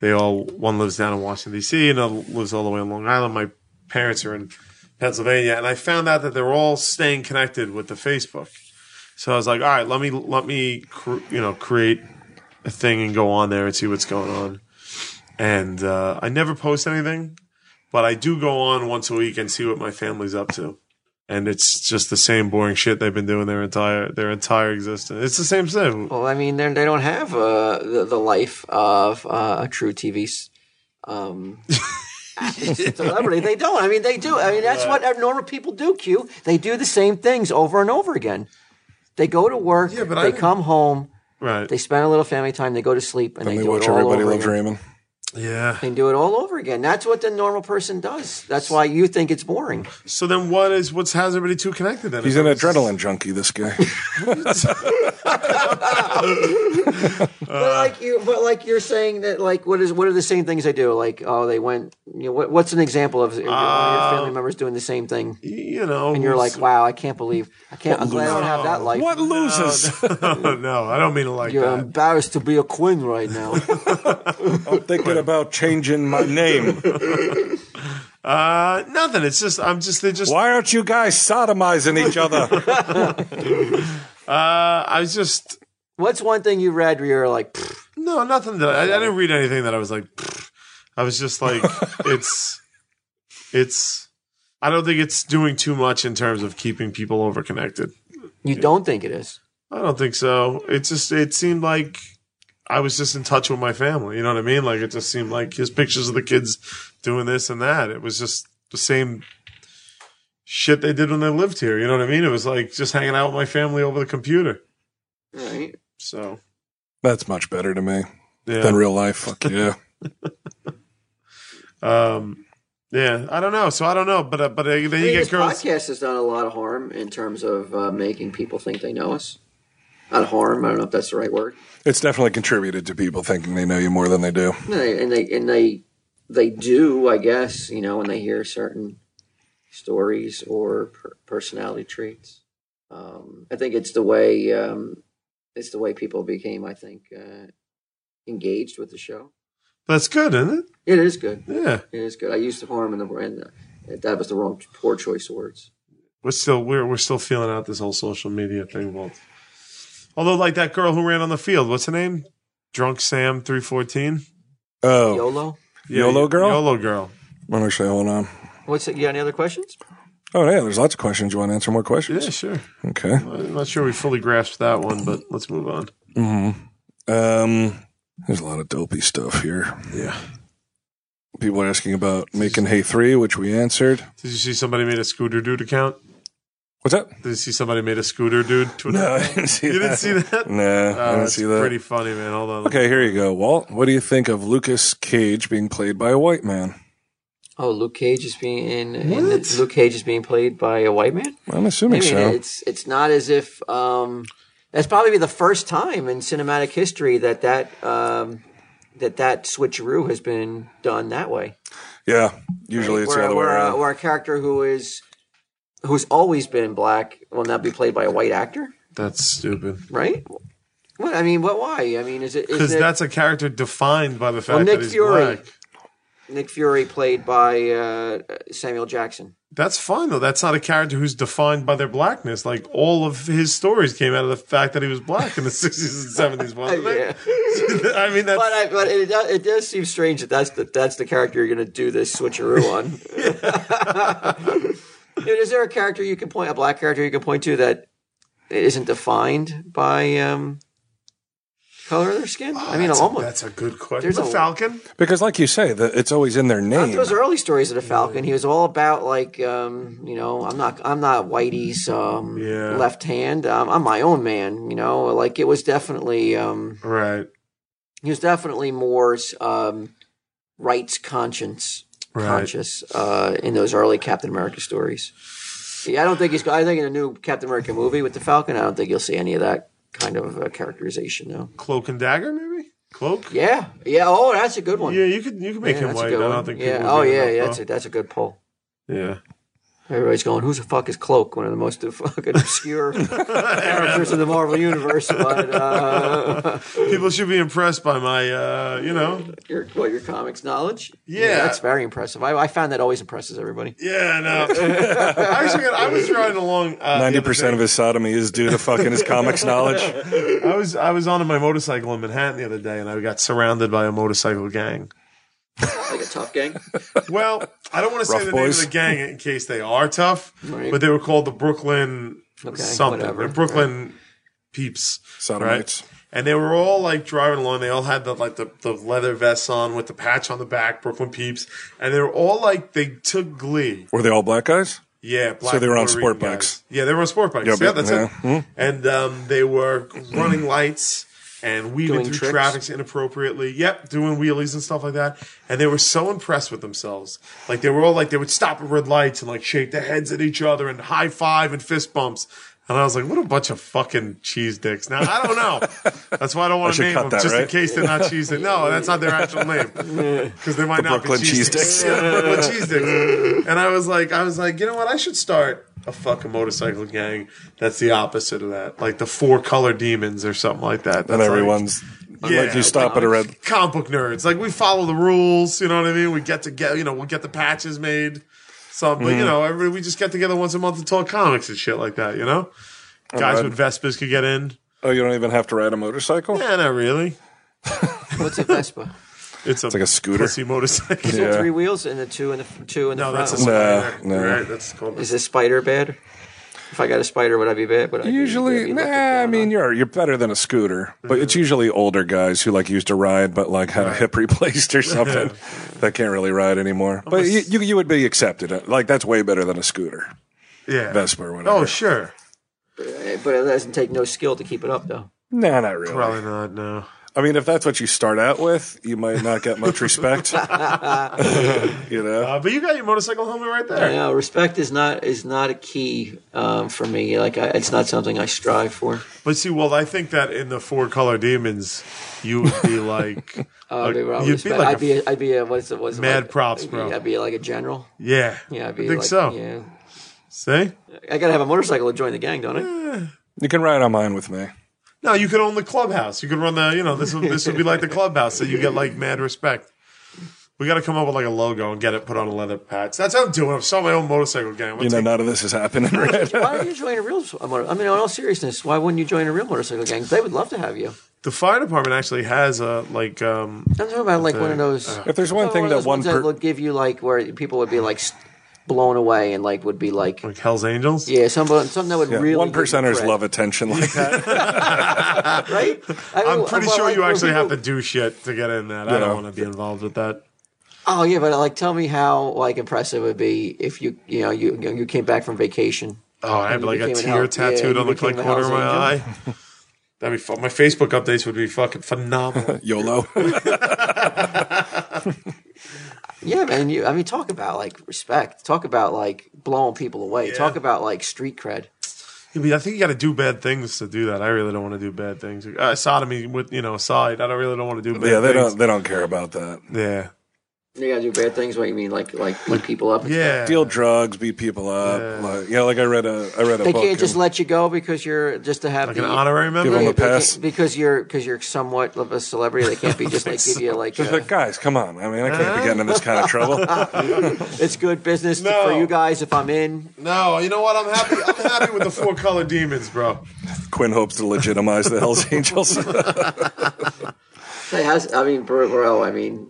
Speaker 3: They all one lives down in Washington D.C. and another lives all the way in Long Island. My parents are in Pennsylvania, and I found out that they're all staying connected with the Facebook. So I was like, all right, let me let me cr- you know create a thing and go on there and see what's going on. And uh, I never post anything, but I do go on once a week and see what my family's up to. And it's just the same boring shit they've been doing their entire their entire existence. It's the same thing.
Speaker 4: Well, I mean, they're- they don't have uh, the, the life of uh, a true TV s- um, celebrity. They don't. I mean, they do. I mean, that's what normal people do. Q. They do the same things over and over again. They go to work.
Speaker 3: Yeah, but I
Speaker 4: they
Speaker 3: didn't-
Speaker 4: come home.
Speaker 3: Right.
Speaker 4: They spend a little family time. They go to sleep, and
Speaker 2: And
Speaker 4: they,
Speaker 2: they
Speaker 4: do
Speaker 2: watch
Speaker 4: it all
Speaker 2: Everybody
Speaker 4: over
Speaker 2: Loves
Speaker 4: again.
Speaker 2: Raymond.
Speaker 3: yeah.
Speaker 4: They do it all over again. That's what the normal person does. That's why you think it's boring.
Speaker 3: So then what is what's has everybody too connected then?
Speaker 2: He's
Speaker 3: If
Speaker 2: an
Speaker 3: it's-
Speaker 2: adrenaline junkie. This
Speaker 4: <laughs>
Speaker 2: guy.
Speaker 3: Uh.
Speaker 4: but like you, but like you're saying that, like what is what are the same things they do? Like oh, they went. You know, what, what's an example of one of
Speaker 3: Uh.
Speaker 4: your family members doing the same thing?
Speaker 3: You know.
Speaker 4: And
Speaker 3: <laughs>
Speaker 4: you're like, wow, I can't believe I can't. I'm glad I don't have that life.
Speaker 2: what losers?
Speaker 3: no, I don't mean it like
Speaker 4: You're um,
Speaker 3: that.
Speaker 4: embarrassed to be a Quinn
Speaker 3: <laughs>
Speaker 4: right now.
Speaker 2: I'm thinking about changing
Speaker 4: <laughs>
Speaker 2: my name.
Speaker 3: Uh, nothing. It's just I'm just they just
Speaker 2: Why aren't you guys sodomizing each other?
Speaker 3: uh I was just
Speaker 4: What's one thing you read where you're like, "Pfft,
Speaker 3: No, nothing that I, I didn't read anything that I was like. "Pfft." I was
Speaker 2: <laughs>
Speaker 3: just like, it's, it's. I don't think it's doing too much in terms of keeping people overconnected.
Speaker 4: you don't think it is?
Speaker 3: I don't think so. It just it seemed like I was just in touch with my family. You know what I mean? Like it just seemed like his pictures of the kids doing this and that. It was just the same shit they did when they lived here. You know what I mean? It was like just hanging out with my family over the computer.
Speaker 4: Right.
Speaker 3: So
Speaker 2: <laughs> That's much better to me
Speaker 3: yeah.
Speaker 2: than real life. Fuck yeah.
Speaker 3: Um, yeah, I don't know. So I don't know, but uh, but uh, then
Speaker 4: I
Speaker 3: you
Speaker 4: mean,
Speaker 3: get
Speaker 4: this
Speaker 3: girls.
Speaker 4: podcast has done a lot of harm in terms of uh, making people think they know us. Not harm. I don't know if that's the right word.
Speaker 2: It's definitely contributed to people thinking they know you more than they do.
Speaker 4: And they and they, and they, they do, I guess. You know, when they hear certain stories or per- personality traits. Um, I think it's the way um, it's the way people became. I think uh, engaged with the show.
Speaker 3: That's good, isn't
Speaker 4: It is good.
Speaker 3: it? Yeah,
Speaker 4: It is good. I used the harm and the and the, that was the wrong poor choice of words.
Speaker 3: we're still we're we're still feeling out this whole social media thing, Walt. Although, like that girl who ran on the field, what's her name? Drunk Sam three fourteen.
Speaker 2: Oh,
Speaker 4: YOLO.
Speaker 2: YOLO girl?
Speaker 3: Yolo girl.
Speaker 2: I'm actually hold on.
Speaker 4: What's it? You got any other questions?
Speaker 2: Oh yeah, there's lots of questions. You want to answer more questions?
Speaker 3: Yeah, sure.
Speaker 2: Okay.
Speaker 3: I'm not sure we fully grasped that one, but let's move on.
Speaker 2: Um, there's a lot of dopey stuff here.
Speaker 3: Yeah.
Speaker 2: People are asking about making Hay three, which we answered.
Speaker 3: Did you see somebody made a scooter dude account?
Speaker 2: What's that?
Speaker 3: Did you see somebody made a scooter dude Twitter?
Speaker 2: No, <laughs> I
Speaker 3: account?
Speaker 2: didn't see
Speaker 3: <laughs> you
Speaker 2: that.
Speaker 3: didn't see that.
Speaker 2: Nah, <laughs> I
Speaker 3: Oh,
Speaker 2: didn't
Speaker 3: that's
Speaker 2: see that.
Speaker 3: pretty funny, man. Hold on.
Speaker 2: Okay, here you go, Walt. What do you think of Lucas Cage being played by a white man?
Speaker 4: Oh, Luke Cage is being in, in the, Luke Cage is being played by a white man.
Speaker 2: I'm assuming
Speaker 4: I mean,
Speaker 2: so.
Speaker 4: it's it's not as if um, that's probably the first time in cinematic history that that um, that that switcheroo has been done that way.
Speaker 2: Yeah, usually it's
Speaker 4: where,
Speaker 2: the other way
Speaker 4: where, uh,
Speaker 2: around.
Speaker 4: where a character who is who's always been black will now be played by a white actor,
Speaker 3: That's stupid.
Speaker 4: right? What I mean, what? Why? I mean, is it
Speaker 3: Because
Speaker 4: is it
Speaker 3: that's a character defined by the fact
Speaker 4: Nick
Speaker 3: that he's
Speaker 4: Fury.
Speaker 3: black.
Speaker 4: Nick Fury played by uh, Samuel Jackson?
Speaker 3: That's fine though. That's not a character who's defined by their blackness. Like all of his stories came out of the fact that he was black in the <laughs> sixties and seventies. Wasn't
Speaker 4: Yeah.
Speaker 3: it? <laughs> I mean, that's
Speaker 4: But I, but it does, it does seem strange that that's the that's the character you're going to do this switcheroo
Speaker 3: <laughs>
Speaker 4: on. Dude, is there a character you can point a black character you can point to that isn't defined by um, color of their skin? I mean,
Speaker 3: Oh, that's,
Speaker 4: almost.
Speaker 3: a, that's a good question.
Speaker 4: There's
Speaker 3: the
Speaker 4: a-
Speaker 3: Falcon.
Speaker 2: Because, like you say, the, it's always in their
Speaker 4: Not
Speaker 2: name.
Speaker 4: those early stories of the Falcon. He was all about like, um, you know, I'm not, I'm not Whitey's um,
Speaker 3: Yeah.
Speaker 4: left hand. Um, I'm my own man. You know, like it was definitely, um,
Speaker 3: Right.
Speaker 4: he was definitely more um, rights conscience
Speaker 3: Right.
Speaker 4: conscious uh, in those early Captain America stories. Yeah, I don't think he's. I think in a new Captain America movie with the Falcon, I don't think you'll see any of that kind of uh, characterization. No.
Speaker 3: Cloak and dagger, maybe. Cloak.
Speaker 4: Yeah. Yeah. Oh, that's a good one.
Speaker 3: Yeah, you could you could make
Speaker 4: Yeah,
Speaker 3: him
Speaker 4: that's a
Speaker 3: white. I
Speaker 4: good
Speaker 3: don't
Speaker 4: one.
Speaker 3: think.
Speaker 4: Yeah.
Speaker 3: people would
Speaker 4: Oh,
Speaker 3: give it
Speaker 4: yeah.
Speaker 3: up,
Speaker 4: yeah
Speaker 3: though.
Speaker 4: that's a that's a good pull.
Speaker 3: Yeah.
Speaker 4: Everybody's going, who the fuck is Cloak? One of the most uh, fucking
Speaker 3: <laughs>
Speaker 4: obscure characters in the Marvel Universe. But uh, <laughs>
Speaker 3: People should be impressed by my, uh, you know.
Speaker 4: your, what, your comics knowledge?
Speaker 3: Yeah.
Speaker 4: That's very impressive. I, I found that always impresses everybody.
Speaker 3: Yeah,
Speaker 4: <laughs>
Speaker 3: no. I actually, got- I was riding along. uh, the
Speaker 2: Ninety
Speaker 3: other
Speaker 2: percent
Speaker 3: day.
Speaker 2: of his sodomy is due to fucking his
Speaker 3: <laughs>
Speaker 2: comics knowledge.
Speaker 3: I was I was on my motorcycle in Manhattan the other day, and I got surrounded by a motorcycle gang.
Speaker 4: Like a tough gang.
Speaker 3: Well, I don't want to say
Speaker 2: Rough
Speaker 3: the
Speaker 2: boys.
Speaker 3: name of the gang in case they are tough,
Speaker 4: Right.
Speaker 3: but they were called the Brooklyn
Speaker 4: Okay,
Speaker 3: something.
Speaker 4: whatever.
Speaker 3: They're Brooklyn peeps,
Speaker 2: Sodomites.
Speaker 3: And they were all like driving along. They all had the like the, the leather vests on with the patch on the back, Brooklyn peeps, and they were all like they took glee.
Speaker 2: Were they all black guys?
Speaker 3: Yeah, black
Speaker 2: So they were on
Speaker 3: Puerto
Speaker 2: sport
Speaker 3: Rican
Speaker 2: bikes.
Speaker 3: guys. Yeah, they were on sport bikes.
Speaker 2: Yeah,
Speaker 3: yeah,
Speaker 2: but-
Speaker 3: that's
Speaker 2: yeah. Mm-hmm.
Speaker 3: it. And um, they were running lights and weaving
Speaker 4: Doing
Speaker 3: through
Speaker 4: tricks.
Speaker 3: traffic inappropriately. Yep, doing wheelies and stuff like that. And they were so impressed with themselves. Like they were all like they would stop at red lights and like shake their heads at each other and high five and fist bumps. And I was like, what a bunch of fucking cheese dicks. Now I don't know. That's why
Speaker 2: <laughs>
Speaker 3: I don't want to
Speaker 2: should
Speaker 3: name
Speaker 2: cut
Speaker 3: them
Speaker 2: that,
Speaker 3: just in
Speaker 2: right?
Speaker 3: case they're not
Speaker 2: <laughs>
Speaker 3: cheese dicks. No, that's not their actual name because they might not
Speaker 2: Brooklyn
Speaker 3: be
Speaker 2: cheese
Speaker 3: cheese dicks.
Speaker 2: dicks.
Speaker 3: Yeah, the
Speaker 2: <laughs>
Speaker 3: Brooklyn cheese dicks. And I was like, I was like, you know what? I should start a fucking motorcycle gang that's the opposite of that, like the four color demons or something like that. That's
Speaker 2: And everyone's
Speaker 3: Yeah,
Speaker 2: like you stop at a red.
Speaker 3: like comic book nerds. Like we follow the rules. You know what I mean? We get together. You know, we'll get the patches made. So, but
Speaker 2: Mm-hmm.
Speaker 3: you know, every we just get together once a month to talk comics and shit like that. You know, guys
Speaker 2: right.
Speaker 3: with Vespas could get in.
Speaker 2: Oh, you don't even have to ride a motorcycle.
Speaker 3: Yeah, not really.
Speaker 4: <laughs> What's a Vespa?
Speaker 3: It's, a
Speaker 2: like a scooter.
Speaker 3: pussy motorcycle.
Speaker 4: Is it
Speaker 2: Yeah.
Speaker 4: three wheels and the two in the two in the
Speaker 3: No,
Speaker 4: front?
Speaker 3: that's a
Speaker 4: one?
Speaker 3: spider.
Speaker 2: No, no.
Speaker 3: Right, that's called
Speaker 4: Is this spider bad? If I got a spider, would I be bad? Would I be- would I
Speaker 2: Usually,
Speaker 4: be
Speaker 2: nah.
Speaker 4: looked down
Speaker 2: I mean,
Speaker 4: on?
Speaker 2: you're you're better than a scooter, but it's
Speaker 3: Mm-hmm.
Speaker 2: usually older guys who like used to ride, but like had a hip replaced
Speaker 3: <laughs>
Speaker 2: or something that can't really ride anymore. But you, you you would be accepted. Like that's way better than a scooter,
Speaker 3: yeah.
Speaker 2: Vespa or whatever.
Speaker 3: Oh, sure.
Speaker 4: Eh, but it doesn't take no skill to keep it up, though.
Speaker 2: nah, not really.
Speaker 3: Probably not. No.
Speaker 2: I mean, if that's what you start out with, you might not get much
Speaker 3: <laughs>
Speaker 2: respect. you know,
Speaker 3: Uh, but you got your motorcycle helmet right
Speaker 4: I
Speaker 3: there.
Speaker 4: know respect is not is not a key um, for me. Like I, it's not something I strive for.
Speaker 3: But see, well, I think that in the four color demons, you would
Speaker 4: <laughs>
Speaker 3: be like,
Speaker 4: Uh,
Speaker 3: Uh,
Speaker 4: maybe I would
Speaker 3: you'd be
Speaker 4: respect-
Speaker 3: like
Speaker 4: I'd
Speaker 3: a-
Speaker 4: be, I'd be a, what's it, what's it
Speaker 3: Mad
Speaker 4: like?
Speaker 3: props,
Speaker 4: I'd be-
Speaker 3: bro.
Speaker 4: I'd be like a general.
Speaker 3: yeah,
Speaker 4: Yeah, I'd be
Speaker 3: think
Speaker 4: like,
Speaker 3: so.
Speaker 4: Yeah,
Speaker 3: See,
Speaker 4: I gotta have a motorcycle to join the gang, don't
Speaker 3: <laughs>
Speaker 4: I?
Speaker 2: you can ride on mine with me.
Speaker 3: no, you could own the clubhouse. You could run the, you know, this would this would be like the clubhouse, so you get like mad respect. We got to come up with like a logo and get it put on a leather patch. That's how I'm doing. I'm starting my own motorcycle gang. I'm gonna
Speaker 2: You know,
Speaker 3: take-
Speaker 2: none of this is happening. Right?
Speaker 4: Why don't you join a real? a motor- I mean, in all seriousness, why wouldn't you join a real motorcycle gang? They would love to have you.
Speaker 3: the fire department actually has a like um,
Speaker 4: I'm talking about like one of those.
Speaker 2: If there's one thing
Speaker 4: Oh, of those
Speaker 2: that one
Speaker 4: ones that
Speaker 2: per-
Speaker 4: would give you like where people would be like s- blown away and like would be like
Speaker 3: like Hell's Angels.
Speaker 4: yeah some something that would
Speaker 2: yeah,
Speaker 4: really
Speaker 2: one
Speaker 4: give you
Speaker 2: percenters
Speaker 4: cred,
Speaker 2: love attention like that.
Speaker 4: <laughs> right I
Speaker 3: I'm
Speaker 4: mean,
Speaker 3: pretty
Speaker 4: well,
Speaker 3: sure
Speaker 4: like,
Speaker 3: you
Speaker 4: where
Speaker 3: actually have to
Speaker 4: people-
Speaker 3: do shit to get in that. I
Speaker 2: Yeah.
Speaker 3: don't want to be involved with that.
Speaker 4: oh yeah but like tell me how like impressive it would be if you you know you you came back from vacation
Speaker 3: Oh, I have
Speaker 4: you
Speaker 3: like a
Speaker 4: became an
Speaker 3: tear
Speaker 4: hel-
Speaker 3: tattooed
Speaker 4: yeah,
Speaker 3: on
Speaker 4: you
Speaker 3: the like,
Speaker 4: became a
Speaker 3: corner of
Speaker 4: Hell's
Speaker 3: my eye. <laughs> That'd be fun. My Facebook updates would be fucking
Speaker 2: <laughs>
Speaker 3: phenomenal.
Speaker 2: <laughs> YOLO.
Speaker 4: yeah man you I mean talk about like respect talk about like blowing people away talk about like street cred
Speaker 3: I mean, I think you got to do bad things to do that. I really don't want to do bad things. Uh, sodomy with you know aside, I don't really don't want to do bad
Speaker 2: yeah, they
Speaker 3: things.
Speaker 2: don't. They don't care about that.
Speaker 3: Yeah,
Speaker 4: You gotta do bad things. What you mean, like like beat people up? and
Speaker 3: Yeah.
Speaker 2: Deal drugs, beat people up.
Speaker 3: Yeah.
Speaker 2: Like, yeah, like I read a I read a
Speaker 4: They
Speaker 2: book.
Speaker 4: can't just
Speaker 2: and
Speaker 4: let you go because you're just to have
Speaker 3: Like
Speaker 4: the,
Speaker 3: an honorary member?
Speaker 2: give them
Speaker 4: Yeah,
Speaker 2: a
Speaker 4: they
Speaker 2: pass.
Speaker 4: can't- because you're because you're somewhat of a celebrity. They can't be just like
Speaker 3: <laughs>
Speaker 4: give you like
Speaker 2: Just
Speaker 4: a-
Speaker 2: like guys, come on! I mean, I can't be getting in this kind of trouble.
Speaker 3: <laughs>
Speaker 4: it's good business
Speaker 3: No.
Speaker 4: for you guys if I'm in.
Speaker 3: No, you know what? I'm happy. I'm happy with the four color demons, bro.
Speaker 2: Quinn hopes to legitimize the Hell's
Speaker 3: <laughs>
Speaker 2: Angels. Uh,
Speaker 4: Hey, how's, I mean, bro, bro, I mean,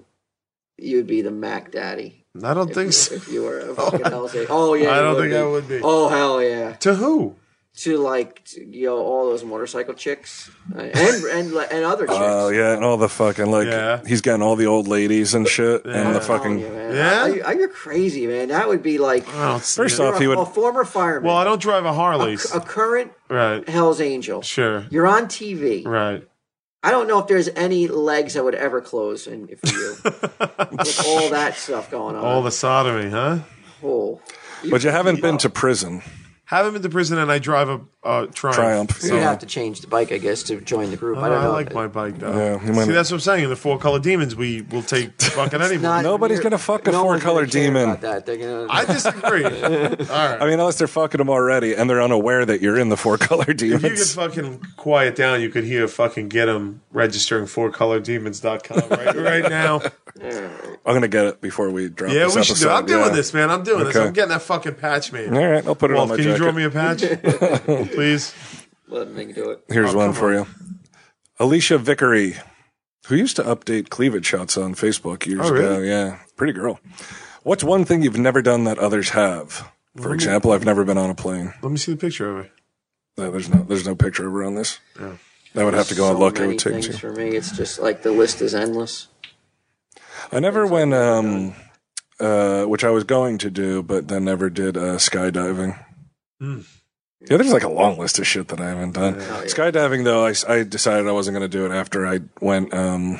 Speaker 4: you'd be the Mac Daddy.
Speaker 3: I don't
Speaker 4: If
Speaker 3: think
Speaker 4: you,
Speaker 3: so.
Speaker 4: if you
Speaker 3: <laughs>
Speaker 4: were a fucking Hell's Angel. Oh yeah,
Speaker 3: I
Speaker 4: you
Speaker 3: don't
Speaker 4: would
Speaker 3: think
Speaker 4: be.
Speaker 3: I would be.
Speaker 4: Oh hell yeah!
Speaker 3: To who?
Speaker 4: To like to, you know all those motorcycle chicks uh, and and and other chicks.
Speaker 2: Oh yeah, and all the fucking like
Speaker 3: Yeah.
Speaker 2: he's getting all the old ladies and shit, and the
Speaker 3: Yeah.
Speaker 4: I'm telling
Speaker 2: fucking.
Speaker 4: you, man.
Speaker 3: Yeah? Oh,
Speaker 4: Are you- are you crazy, man? That would be like
Speaker 3: I don't see
Speaker 2: First
Speaker 3: it.
Speaker 2: off, he
Speaker 4: you're
Speaker 2: would.
Speaker 4: a, a former fireman,
Speaker 3: well, I don't drive a Harley.
Speaker 4: a current
Speaker 3: <laughs> right.
Speaker 4: Hell's Angel.
Speaker 3: Sure.
Speaker 4: You're on TV.
Speaker 3: Right.
Speaker 4: I don't know if there's any legs I would ever close in
Speaker 2: <laughs>
Speaker 4: for you with all that stuff going on.
Speaker 3: All the sodomy, huh?
Speaker 4: Oh.
Speaker 2: But you haven't been to prison.
Speaker 3: Haven't been to prison, and I drive a uh, Triumph.
Speaker 2: Triumph.
Speaker 4: You'd have to change the bike, I guess, to join the group.
Speaker 3: I,
Speaker 4: I don't know.
Speaker 3: like my bike though.
Speaker 2: Yeah, you might-
Speaker 3: See, that's what I'm saying. In the four color demons, we
Speaker 2: <laughs>
Speaker 3: will take fucking anyone.
Speaker 4: Not-
Speaker 2: Nobody's
Speaker 4: you're-
Speaker 2: gonna fuck a
Speaker 4: no one's
Speaker 2: four-color
Speaker 4: gonna care
Speaker 2: demon.
Speaker 4: about that. They're gonna-
Speaker 2: <laughs>
Speaker 3: I disagree. All right.
Speaker 2: I mean, unless they're fucking them already, and they're unaware that you're in the four <laughs> color
Speaker 3: if you could
Speaker 2: demons.
Speaker 3: fucking quiet down, you could hear fucking get them registering
Speaker 2: <laughs>
Speaker 3: fourcolordemons.com right, right now.
Speaker 2: I'm gonna get it before we drop.
Speaker 3: Yeah,
Speaker 2: this
Speaker 3: we should do.
Speaker 2: episode,
Speaker 3: I'm doing
Speaker 2: yeah.
Speaker 3: this, man. I'm doing this.
Speaker 2: Okay.
Speaker 3: I'm getting that fucking patch made.
Speaker 2: All right, I'll put it
Speaker 3: Wolf,
Speaker 2: on my
Speaker 3: can you
Speaker 2: jacket.
Speaker 3: draw me a
Speaker 2: <laughs>
Speaker 3: patch, please?
Speaker 4: Let me do it.
Speaker 3: Oh,
Speaker 2: Here's one for you. Alicia Vickery, who used to update cleavage shots on Facebook years
Speaker 3: Oh, really?
Speaker 2: ago. Yeah, pretty girl. What's one thing you've never done that others have? For example, I've never been on a plane.
Speaker 3: Let me see the picture of it.
Speaker 2: No, there's no there's no picture of her on this. I would have to go
Speaker 4: so
Speaker 2: and look. It
Speaker 4: many
Speaker 2: would take
Speaker 4: things
Speaker 2: two.
Speaker 4: for me. It's just like the list is endless.
Speaker 2: I never went, um, uh, which I was going to do, but then never did uh, skydiving.
Speaker 3: Hmm.
Speaker 2: Yeah, there's like a long list of shit that I haven't done.
Speaker 4: yeah.
Speaker 2: Skydiving, though, I, s- I decided I wasn't going to do it after I went, um,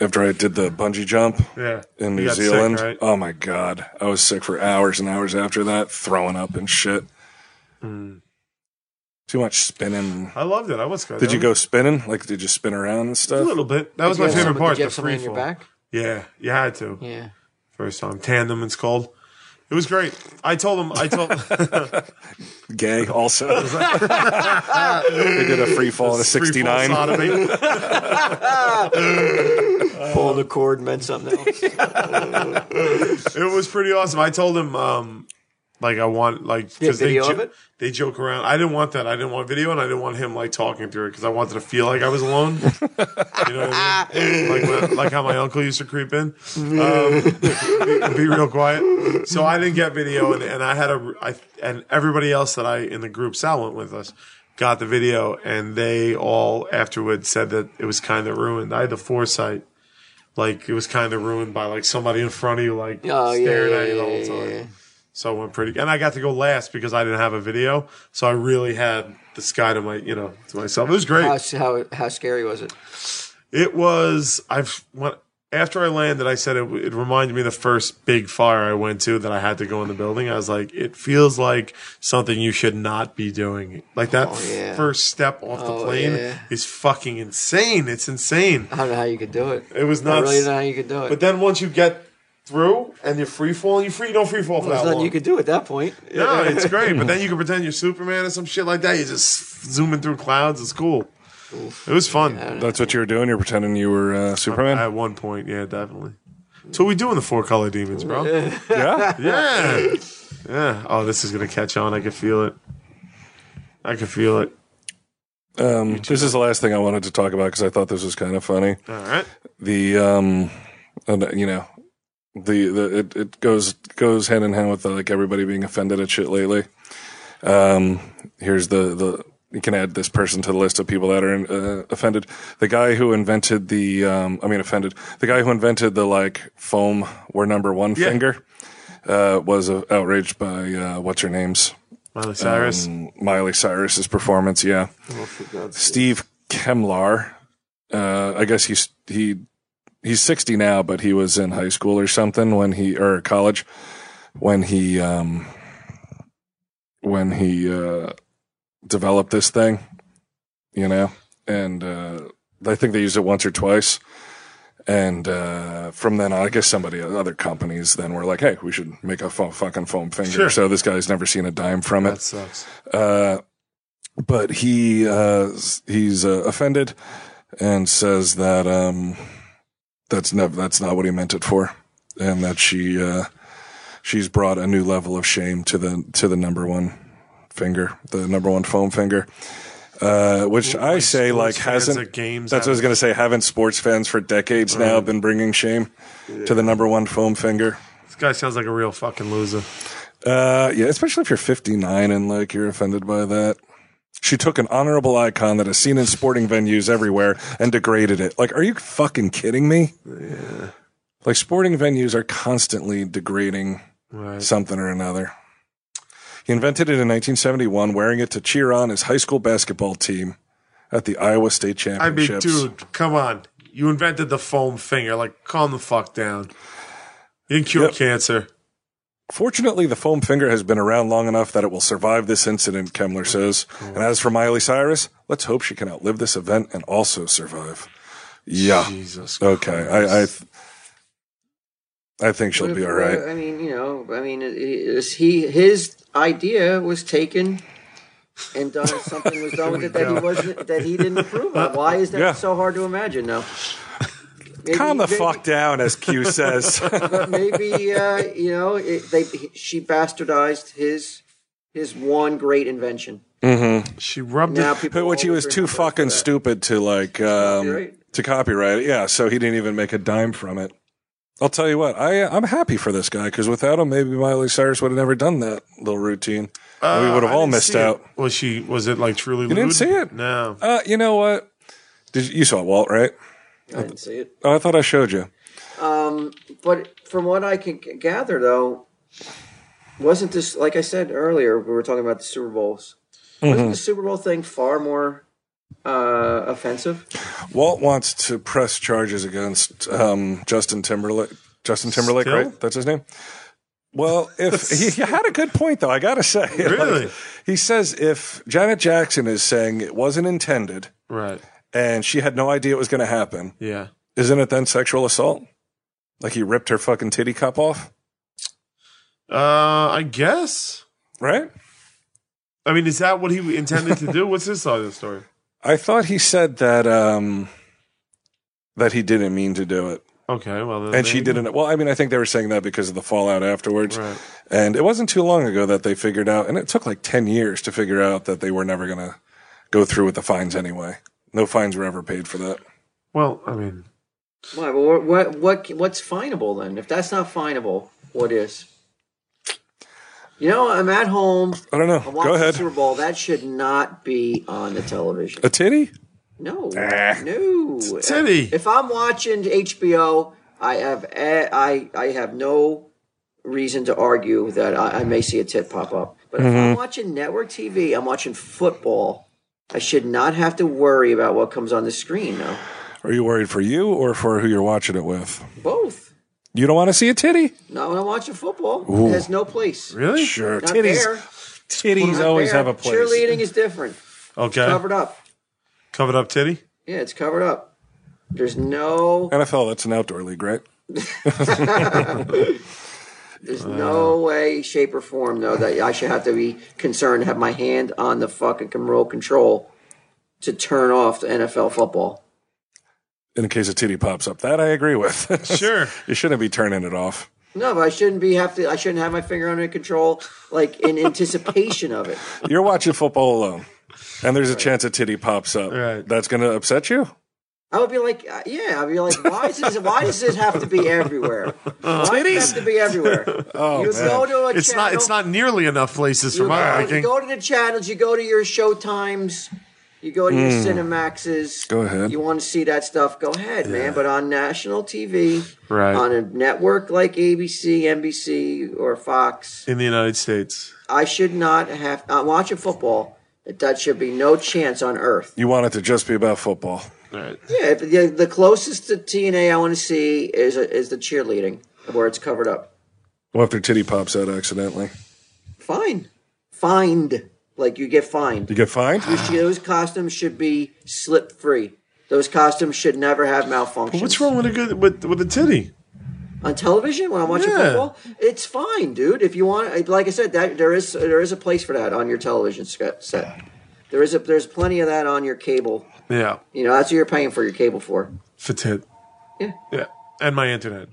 Speaker 2: after I did the bungee jump
Speaker 3: Yeah.
Speaker 2: in
Speaker 3: You
Speaker 2: New
Speaker 3: got sick,
Speaker 2: Zealand.
Speaker 3: right?
Speaker 2: Oh my God. I was sick for hours and hours after that, throwing up and shit.
Speaker 3: Hmm.
Speaker 2: Too much spinning.
Speaker 3: I loved it. I was good.
Speaker 2: Did you go spinning? Like, did you spin around and
Speaker 3: A
Speaker 2: stuff?
Speaker 3: little bit. That was my
Speaker 4: Did you have
Speaker 3: favorite
Speaker 4: some-
Speaker 3: part.
Speaker 4: Did you
Speaker 3: The
Speaker 4: have something
Speaker 3: free
Speaker 4: on your
Speaker 3: fall.
Speaker 4: back?
Speaker 3: Yeah, you had to.
Speaker 4: Yeah.
Speaker 3: First time tandem. It's called. It was great. I told him. I told.
Speaker 2: gay also. they did a free fall in a 69.
Speaker 3: Free fall sodomy.
Speaker 4: Pull the cord meant something
Speaker 3: <laughs>
Speaker 4: else.
Speaker 3: it was pretty awesome. I told him, um, like I want like
Speaker 4: Yeah,
Speaker 3: they
Speaker 4: video of it?
Speaker 3: they joke around. I didn't want that. I didn't want video, and I didn't want him like talking through it because I wanted to feel like I was alone. you know what I
Speaker 4: <laughs>
Speaker 3: mean? Like, like how my uncle used to creep in, um, <laughs> be, be real quiet. So I didn't get video, and, and I had a I, and everybody else that I in the group Sal went with us. Got the video, and they all afterward said that it was kind of ruined. I had the foresight, like it was kind of ruined by like somebody in front of you, like
Speaker 4: Oh, yeah,
Speaker 3: staring
Speaker 4: yeah,
Speaker 3: at you the
Speaker 4: yeah,
Speaker 3: whole
Speaker 4: yeah,
Speaker 3: time.
Speaker 4: yeah.
Speaker 3: So I went pretty, and I got to go last because I didn't have a video. So I really had the sky to my, you know, to myself. It was great.
Speaker 4: How, how, how scary was it?
Speaker 3: It was. I've when, after I landed, I said it, it reminded me of the first big fire I went to that I had to go in the building. I was like, it feels like something you should not be doing. Like that
Speaker 4: Oh, yeah.
Speaker 3: first step off
Speaker 4: Oh,
Speaker 3: the plane
Speaker 4: yeah.
Speaker 3: is fucking insane. It's insane.
Speaker 4: I don't know how you could do it.
Speaker 3: It was
Speaker 4: I
Speaker 3: nuts.
Speaker 4: really don't know how you could do it.
Speaker 3: But then once you get through and you're free falling, you free you don't free fall for
Speaker 4: There's
Speaker 3: that
Speaker 4: nothing
Speaker 3: long.
Speaker 4: you could do at that point.
Speaker 3: No,
Speaker 4: <laughs>
Speaker 3: it's great. But then you can pretend you're Superman or some shit like that. You're just zooming through clouds. It's cool. It was fun.
Speaker 2: That's what you were doing. You're pretending you were uh, Superman.
Speaker 3: At one point, yeah, definitely. So we doing the four color demons, bro. Yeah,
Speaker 2: yeah.
Speaker 3: yeah. Oh, this is gonna catch on. I can feel it. I can feel it.
Speaker 2: Um, this is the last thing I wanted to talk about because I thought this was kind of funny.
Speaker 3: All right.
Speaker 2: The um, and, you know, the the it, it goes goes hand in hand with uh, like everybody being offended at shit lately. Um, here's the the you can add this person to the list of people that are uh, offended. The guy who invented the um, I mean offended. The guy who invented the like foam we're number one
Speaker 3: Yeah.
Speaker 2: finger uh, was uh, outraged by uh, what's her name's
Speaker 3: Miley Cyrus.
Speaker 2: um, Miley Cyrus's performance. Yeah, Steve Kemlar. Uh, I guess he's he he's sixty now, but he was in high school or something when he or college when he um when he uh developed this thing, you know, and uh I think they used it once or twice. And uh, from then on, I guess somebody, other companies then were like, hey, we should make a fo- fucking foam finger.
Speaker 3: Sure.
Speaker 2: So this guy's never seen a dime from it
Speaker 3: That sucks.
Speaker 2: uh, but he uh, s- he's uh, offended and says that um, that's never that's not what he meant it for, and that she uh, she's brought a new level of shame to the to the number one finger, the number one foam finger. Uh, which I
Speaker 3: Like
Speaker 2: say
Speaker 3: sports
Speaker 2: like
Speaker 3: fans
Speaker 2: hasn't
Speaker 3: at games
Speaker 2: that's what I was
Speaker 3: haven't-
Speaker 2: gonna say. Haven't sports fans for decades now been bringing shame to the number one foam finger?
Speaker 3: This guy sounds like a real fucking loser.
Speaker 2: Uh, yeah, especially if you're 59 and like you're offended by that. She took an honorable icon that is seen in sporting venues everywhere and degraded it. Like, are you fucking kidding me? Yeah. Like, sporting venues are constantly degrading
Speaker 3: Right.
Speaker 2: something or another. He invented it in 1971, wearing it to cheer on his high school basketball team at the Iowa State
Speaker 3: I mean,
Speaker 2: Championships.
Speaker 3: dude, come on. You invented the foam finger. Like, calm the fuck down. You can cure
Speaker 2: Yep.
Speaker 3: cancer.
Speaker 2: Fortunately, the foam finger has been around long enough that it will survive this incident, Kemmler says.
Speaker 3: Mm.
Speaker 2: And as for Miley Cyrus, let's hope she can outlive this event and also survive. Yeah.
Speaker 3: Jesus.
Speaker 2: Okay. I, I, th- I think she'll be all right.
Speaker 4: I mean, you know, I mean, it- it- it's he his idea was taken and done something was done with it that he wasn't that he didn't approve of. Why is that
Speaker 2: Yeah.
Speaker 4: so hard to imagine now? Maybe-
Speaker 2: Calm the
Speaker 4: maybe-
Speaker 2: fuck down, as
Speaker 3: <laughs>
Speaker 2: Q says. <laughs>
Speaker 4: But maybe uh, you know it, they he- she bastardized his his one great invention.
Speaker 3: She rubbed
Speaker 4: Now
Speaker 3: it.
Speaker 4: people,
Speaker 2: Which he
Speaker 4: all
Speaker 2: was
Speaker 4: over
Speaker 2: too
Speaker 4: him for
Speaker 2: fucking
Speaker 4: that.
Speaker 2: stupid to like um,
Speaker 4: Copyright?
Speaker 2: to copyright it. Yeah, so he didn't even make a dime from it. I'll tell you what, I I'm happy for this guy because without him, maybe Miley Cyrus would have never done that little routine. And we would have
Speaker 3: Uh, I
Speaker 2: all
Speaker 3: didn't
Speaker 2: missed
Speaker 3: see it.
Speaker 2: out.
Speaker 3: Was she? Was it like truly? You
Speaker 2: didn't see it?
Speaker 3: No.
Speaker 2: Uh, you know what? Did you, you saw Walt right?
Speaker 4: I didn't see it.
Speaker 2: Oh, I thought I showed you.
Speaker 4: But from what I can g- gather, though, wasn't this like I said earlier? We were talking about the Super Bowls.
Speaker 2: Mm-hmm.
Speaker 4: Wasn't the Super Bowl thing far more uh, offensive?
Speaker 2: Walt wants to press charges against um, Justin Timberlake. Justin Timberlake,
Speaker 3: Still?
Speaker 2: right? That's his name.
Speaker 3: <laughs>
Speaker 2: Well, if he, he had a good point though, I gotta say. <laughs> Like,
Speaker 3: Really?
Speaker 2: he says if Janet Jackson is saying it wasn't intended
Speaker 3: Right.
Speaker 2: and she had no idea it was going to happen,
Speaker 3: Yeah.
Speaker 2: isn't it then sexual assault? Like he ripped her fucking titty cup off,
Speaker 3: Uh, I guess.
Speaker 2: right?
Speaker 3: I mean, is that what he intended to do? What's his side of the story?
Speaker 2: I thought he said that um, that he didn't mean to do it.
Speaker 3: Okay. Well, then
Speaker 2: and she
Speaker 3: they-
Speaker 2: didn't. Well, I mean, I think they were saying that because of the fallout afterwards.
Speaker 3: Right.
Speaker 2: And it wasn't too long ago that they figured out, and it took like 10 years to figure out that they were never going to go through with the fines anyway. No fines were ever paid for that.
Speaker 3: Well, I mean,
Speaker 4: Why? Well, what, what what's finable then? If that's not finable, what is? You know, I'm at home.
Speaker 2: I don't know.
Speaker 4: I'm
Speaker 2: Go
Speaker 4: watching the
Speaker 2: ahead.
Speaker 4: Super Bowl. That should not be on the television.
Speaker 2: A titty?
Speaker 4: No,
Speaker 2: Eh.
Speaker 4: no.
Speaker 3: titty.
Speaker 4: If I'm watching HBO, I have eh, I I have no reason to argue that I, I may see a tit pop up. But if
Speaker 2: Mm-hmm.
Speaker 4: I'm watching network TV, I'm watching football. I should not have to worry about what comes on the screen. No,
Speaker 2: Are you worried for you or for who you're watching it with?
Speaker 4: both.
Speaker 2: You don't want to see a titty?
Speaker 4: Not when I'm watching football. It has no place.
Speaker 3: really?
Speaker 2: Sure.
Speaker 4: Not
Speaker 2: Titties.
Speaker 4: there.
Speaker 2: Titties
Speaker 4: Not
Speaker 2: always
Speaker 4: there.
Speaker 2: have a place. Eh.
Speaker 4: Cheerleading is different.
Speaker 3: Okay. Covered,
Speaker 4: Covered up.
Speaker 3: up titty.
Speaker 4: Yeah, it's covered up. There's no
Speaker 2: NFL, that's an outdoor league, right?
Speaker 4: There's
Speaker 3: Uh,
Speaker 4: no way, shape, or form, though, that I should have to be concerned to have my hand on the fucking remote control to turn off the NFL football.
Speaker 2: In case a titty pops up. That I agree with. <laughs>
Speaker 3: Sure.
Speaker 2: you shouldn't be turning it off.
Speaker 4: No, but I shouldn't be have to. I shouldn't have my finger on the control like in anticipation of it.
Speaker 2: You're watching football alone, and there's a chance a titty pops up.
Speaker 3: Right.
Speaker 2: That's going to upset you.
Speaker 4: I would be like, uh, yeah, I'd be like, why does this, why does this have to be everywhere? Why does it have to be everywhere?
Speaker 2: Oh,
Speaker 4: you
Speaker 2: man.
Speaker 4: go to a
Speaker 3: It's
Speaker 4: channel.
Speaker 3: not. It's not nearly enough places for
Speaker 4: You
Speaker 3: my
Speaker 4: go, you
Speaker 3: liking.
Speaker 4: go to the channels. You go to your Showtimes. You go to your Cinemaxes.
Speaker 2: Hmm. Go ahead.
Speaker 4: You want to see that stuff? Go ahead, man. But on national TV,
Speaker 3: Right.
Speaker 4: on a network like ABC, NBC, or Fox,
Speaker 3: In the United States.
Speaker 4: I should not have. I'm watching football. That that should be no chance on earth.
Speaker 2: You want it to just be about football.
Speaker 3: All right.
Speaker 4: Yeah, but the, the closest to TNA I want to see is is the cheerleading where it's covered up.
Speaker 2: What if their titty pops out accidentally?
Speaker 4: Fine, fined like you get fined. <sighs>
Speaker 2: You get fined?
Speaker 4: Those costumes should be slip free. Those costumes should never have malfunctions.
Speaker 3: But what's wrong with a good with with a titty?
Speaker 4: on television when I'm watching
Speaker 3: Yeah.
Speaker 4: football? It's fine, dude. If you want, like I said, that there is there is a place for that on your television sc- set. There is a there's plenty of that on your cable.
Speaker 3: Yeah,
Speaker 4: You know, that's what you're paying for your cable for.
Speaker 3: for tit.
Speaker 4: Yeah.
Speaker 3: yeah, and my internet.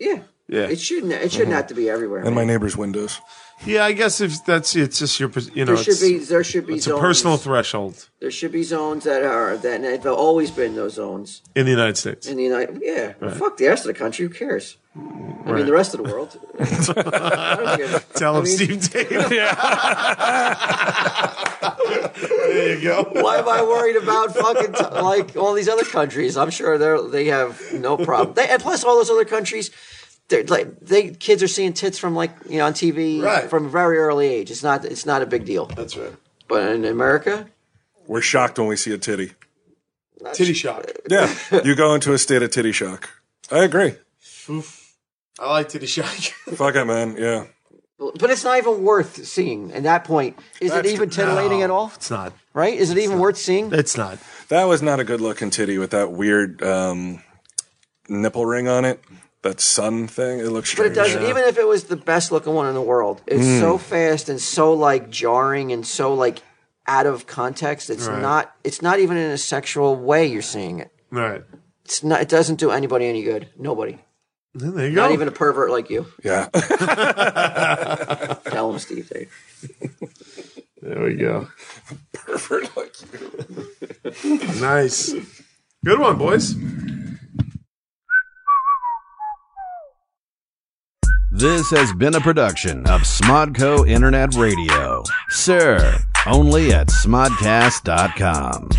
Speaker 4: Yeah.
Speaker 3: Yeah.
Speaker 4: It shouldn't it shouldn't have to be everywhere.
Speaker 2: and my
Speaker 4: man.
Speaker 2: neighbor's windows.
Speaker 3: Yeah, I guess if that's it's just your pers- you know
Speaker 4: there should
Speaker 3: it's,
Speaker 4: be there should be
Speaker 3: it's a
Speaker 4: zones.
Speaker 3: personal threshold
Speaker 4: there should be zones that are that and they've always been those zones
Speaker 3: in the United States.
Speaker 4: in the United. Yeah, fuck the rest of the country. Who cares? I mean, the rest of the
Speaker 3: <laughs>
Speaker 4: world. I don't give-
Speaker 3: Tell him
Speaker 4: I
Speaker 3: Steve
Speaker 4: mean,
Speaker 3: <laughs> Dave. there you go.
Speaker 4: Why am I worried about fucking t- like all these other countries? I'm sure they are they have no problem. They, and plus, all those other countries, they're like they kids are seeing tits from like you know on TV
Speaker 3: Right.
Speaker 4: from a very early age. It's not it's not a big deal.
Speaker 3: That's right.
Speaker 4: But in America,
Speaker 2: We're shocked when we see a titty.
Speaker 3: Titty shock.
Speaker 2: Yeah, you go into a state of titty shock. I agree.
Speaker 3: I like titty shock.
Speaker 2: Fuck it, man. Yeah.
Speaker 4: but it's not even worth seeing. At that point, is
Speaker 2: That's-
Speaker 4: it even titillating at all?
Speaker 3: It's not.
Speaker 4: Right? Is it even worth seeing?
Speaker 3: It's not.
Speaker 2: That was not a good looking titty with that weird um, nipple ring on it. That sun thing. It looks
Speaker 4: But it
Speaker 2: strange.
Speaker 4: doesn't. Even if it was the best looking one in the world, it's so fast and so like jarring and so like out of context. It's
Speaker 3: Right.
Speaker 4: not. It's not even in a sexual way. You're seeing it.
Speaker 3: All right.
Speaker 4: It's not. It doesn't do anybody any good. Nobody.
Speaker 3: There you go.
Speaker 4: Not even a pervert like you. <laughs>
Speaker 2: Yeah. <laughs>
Speaker 4: Tell him, Steve. Dave.
Speaker 3: there we go. Nice. Good one, boys.
Speaker 8: This has been a production of Smodco Internet Radio. Sir, only at smodcast.com.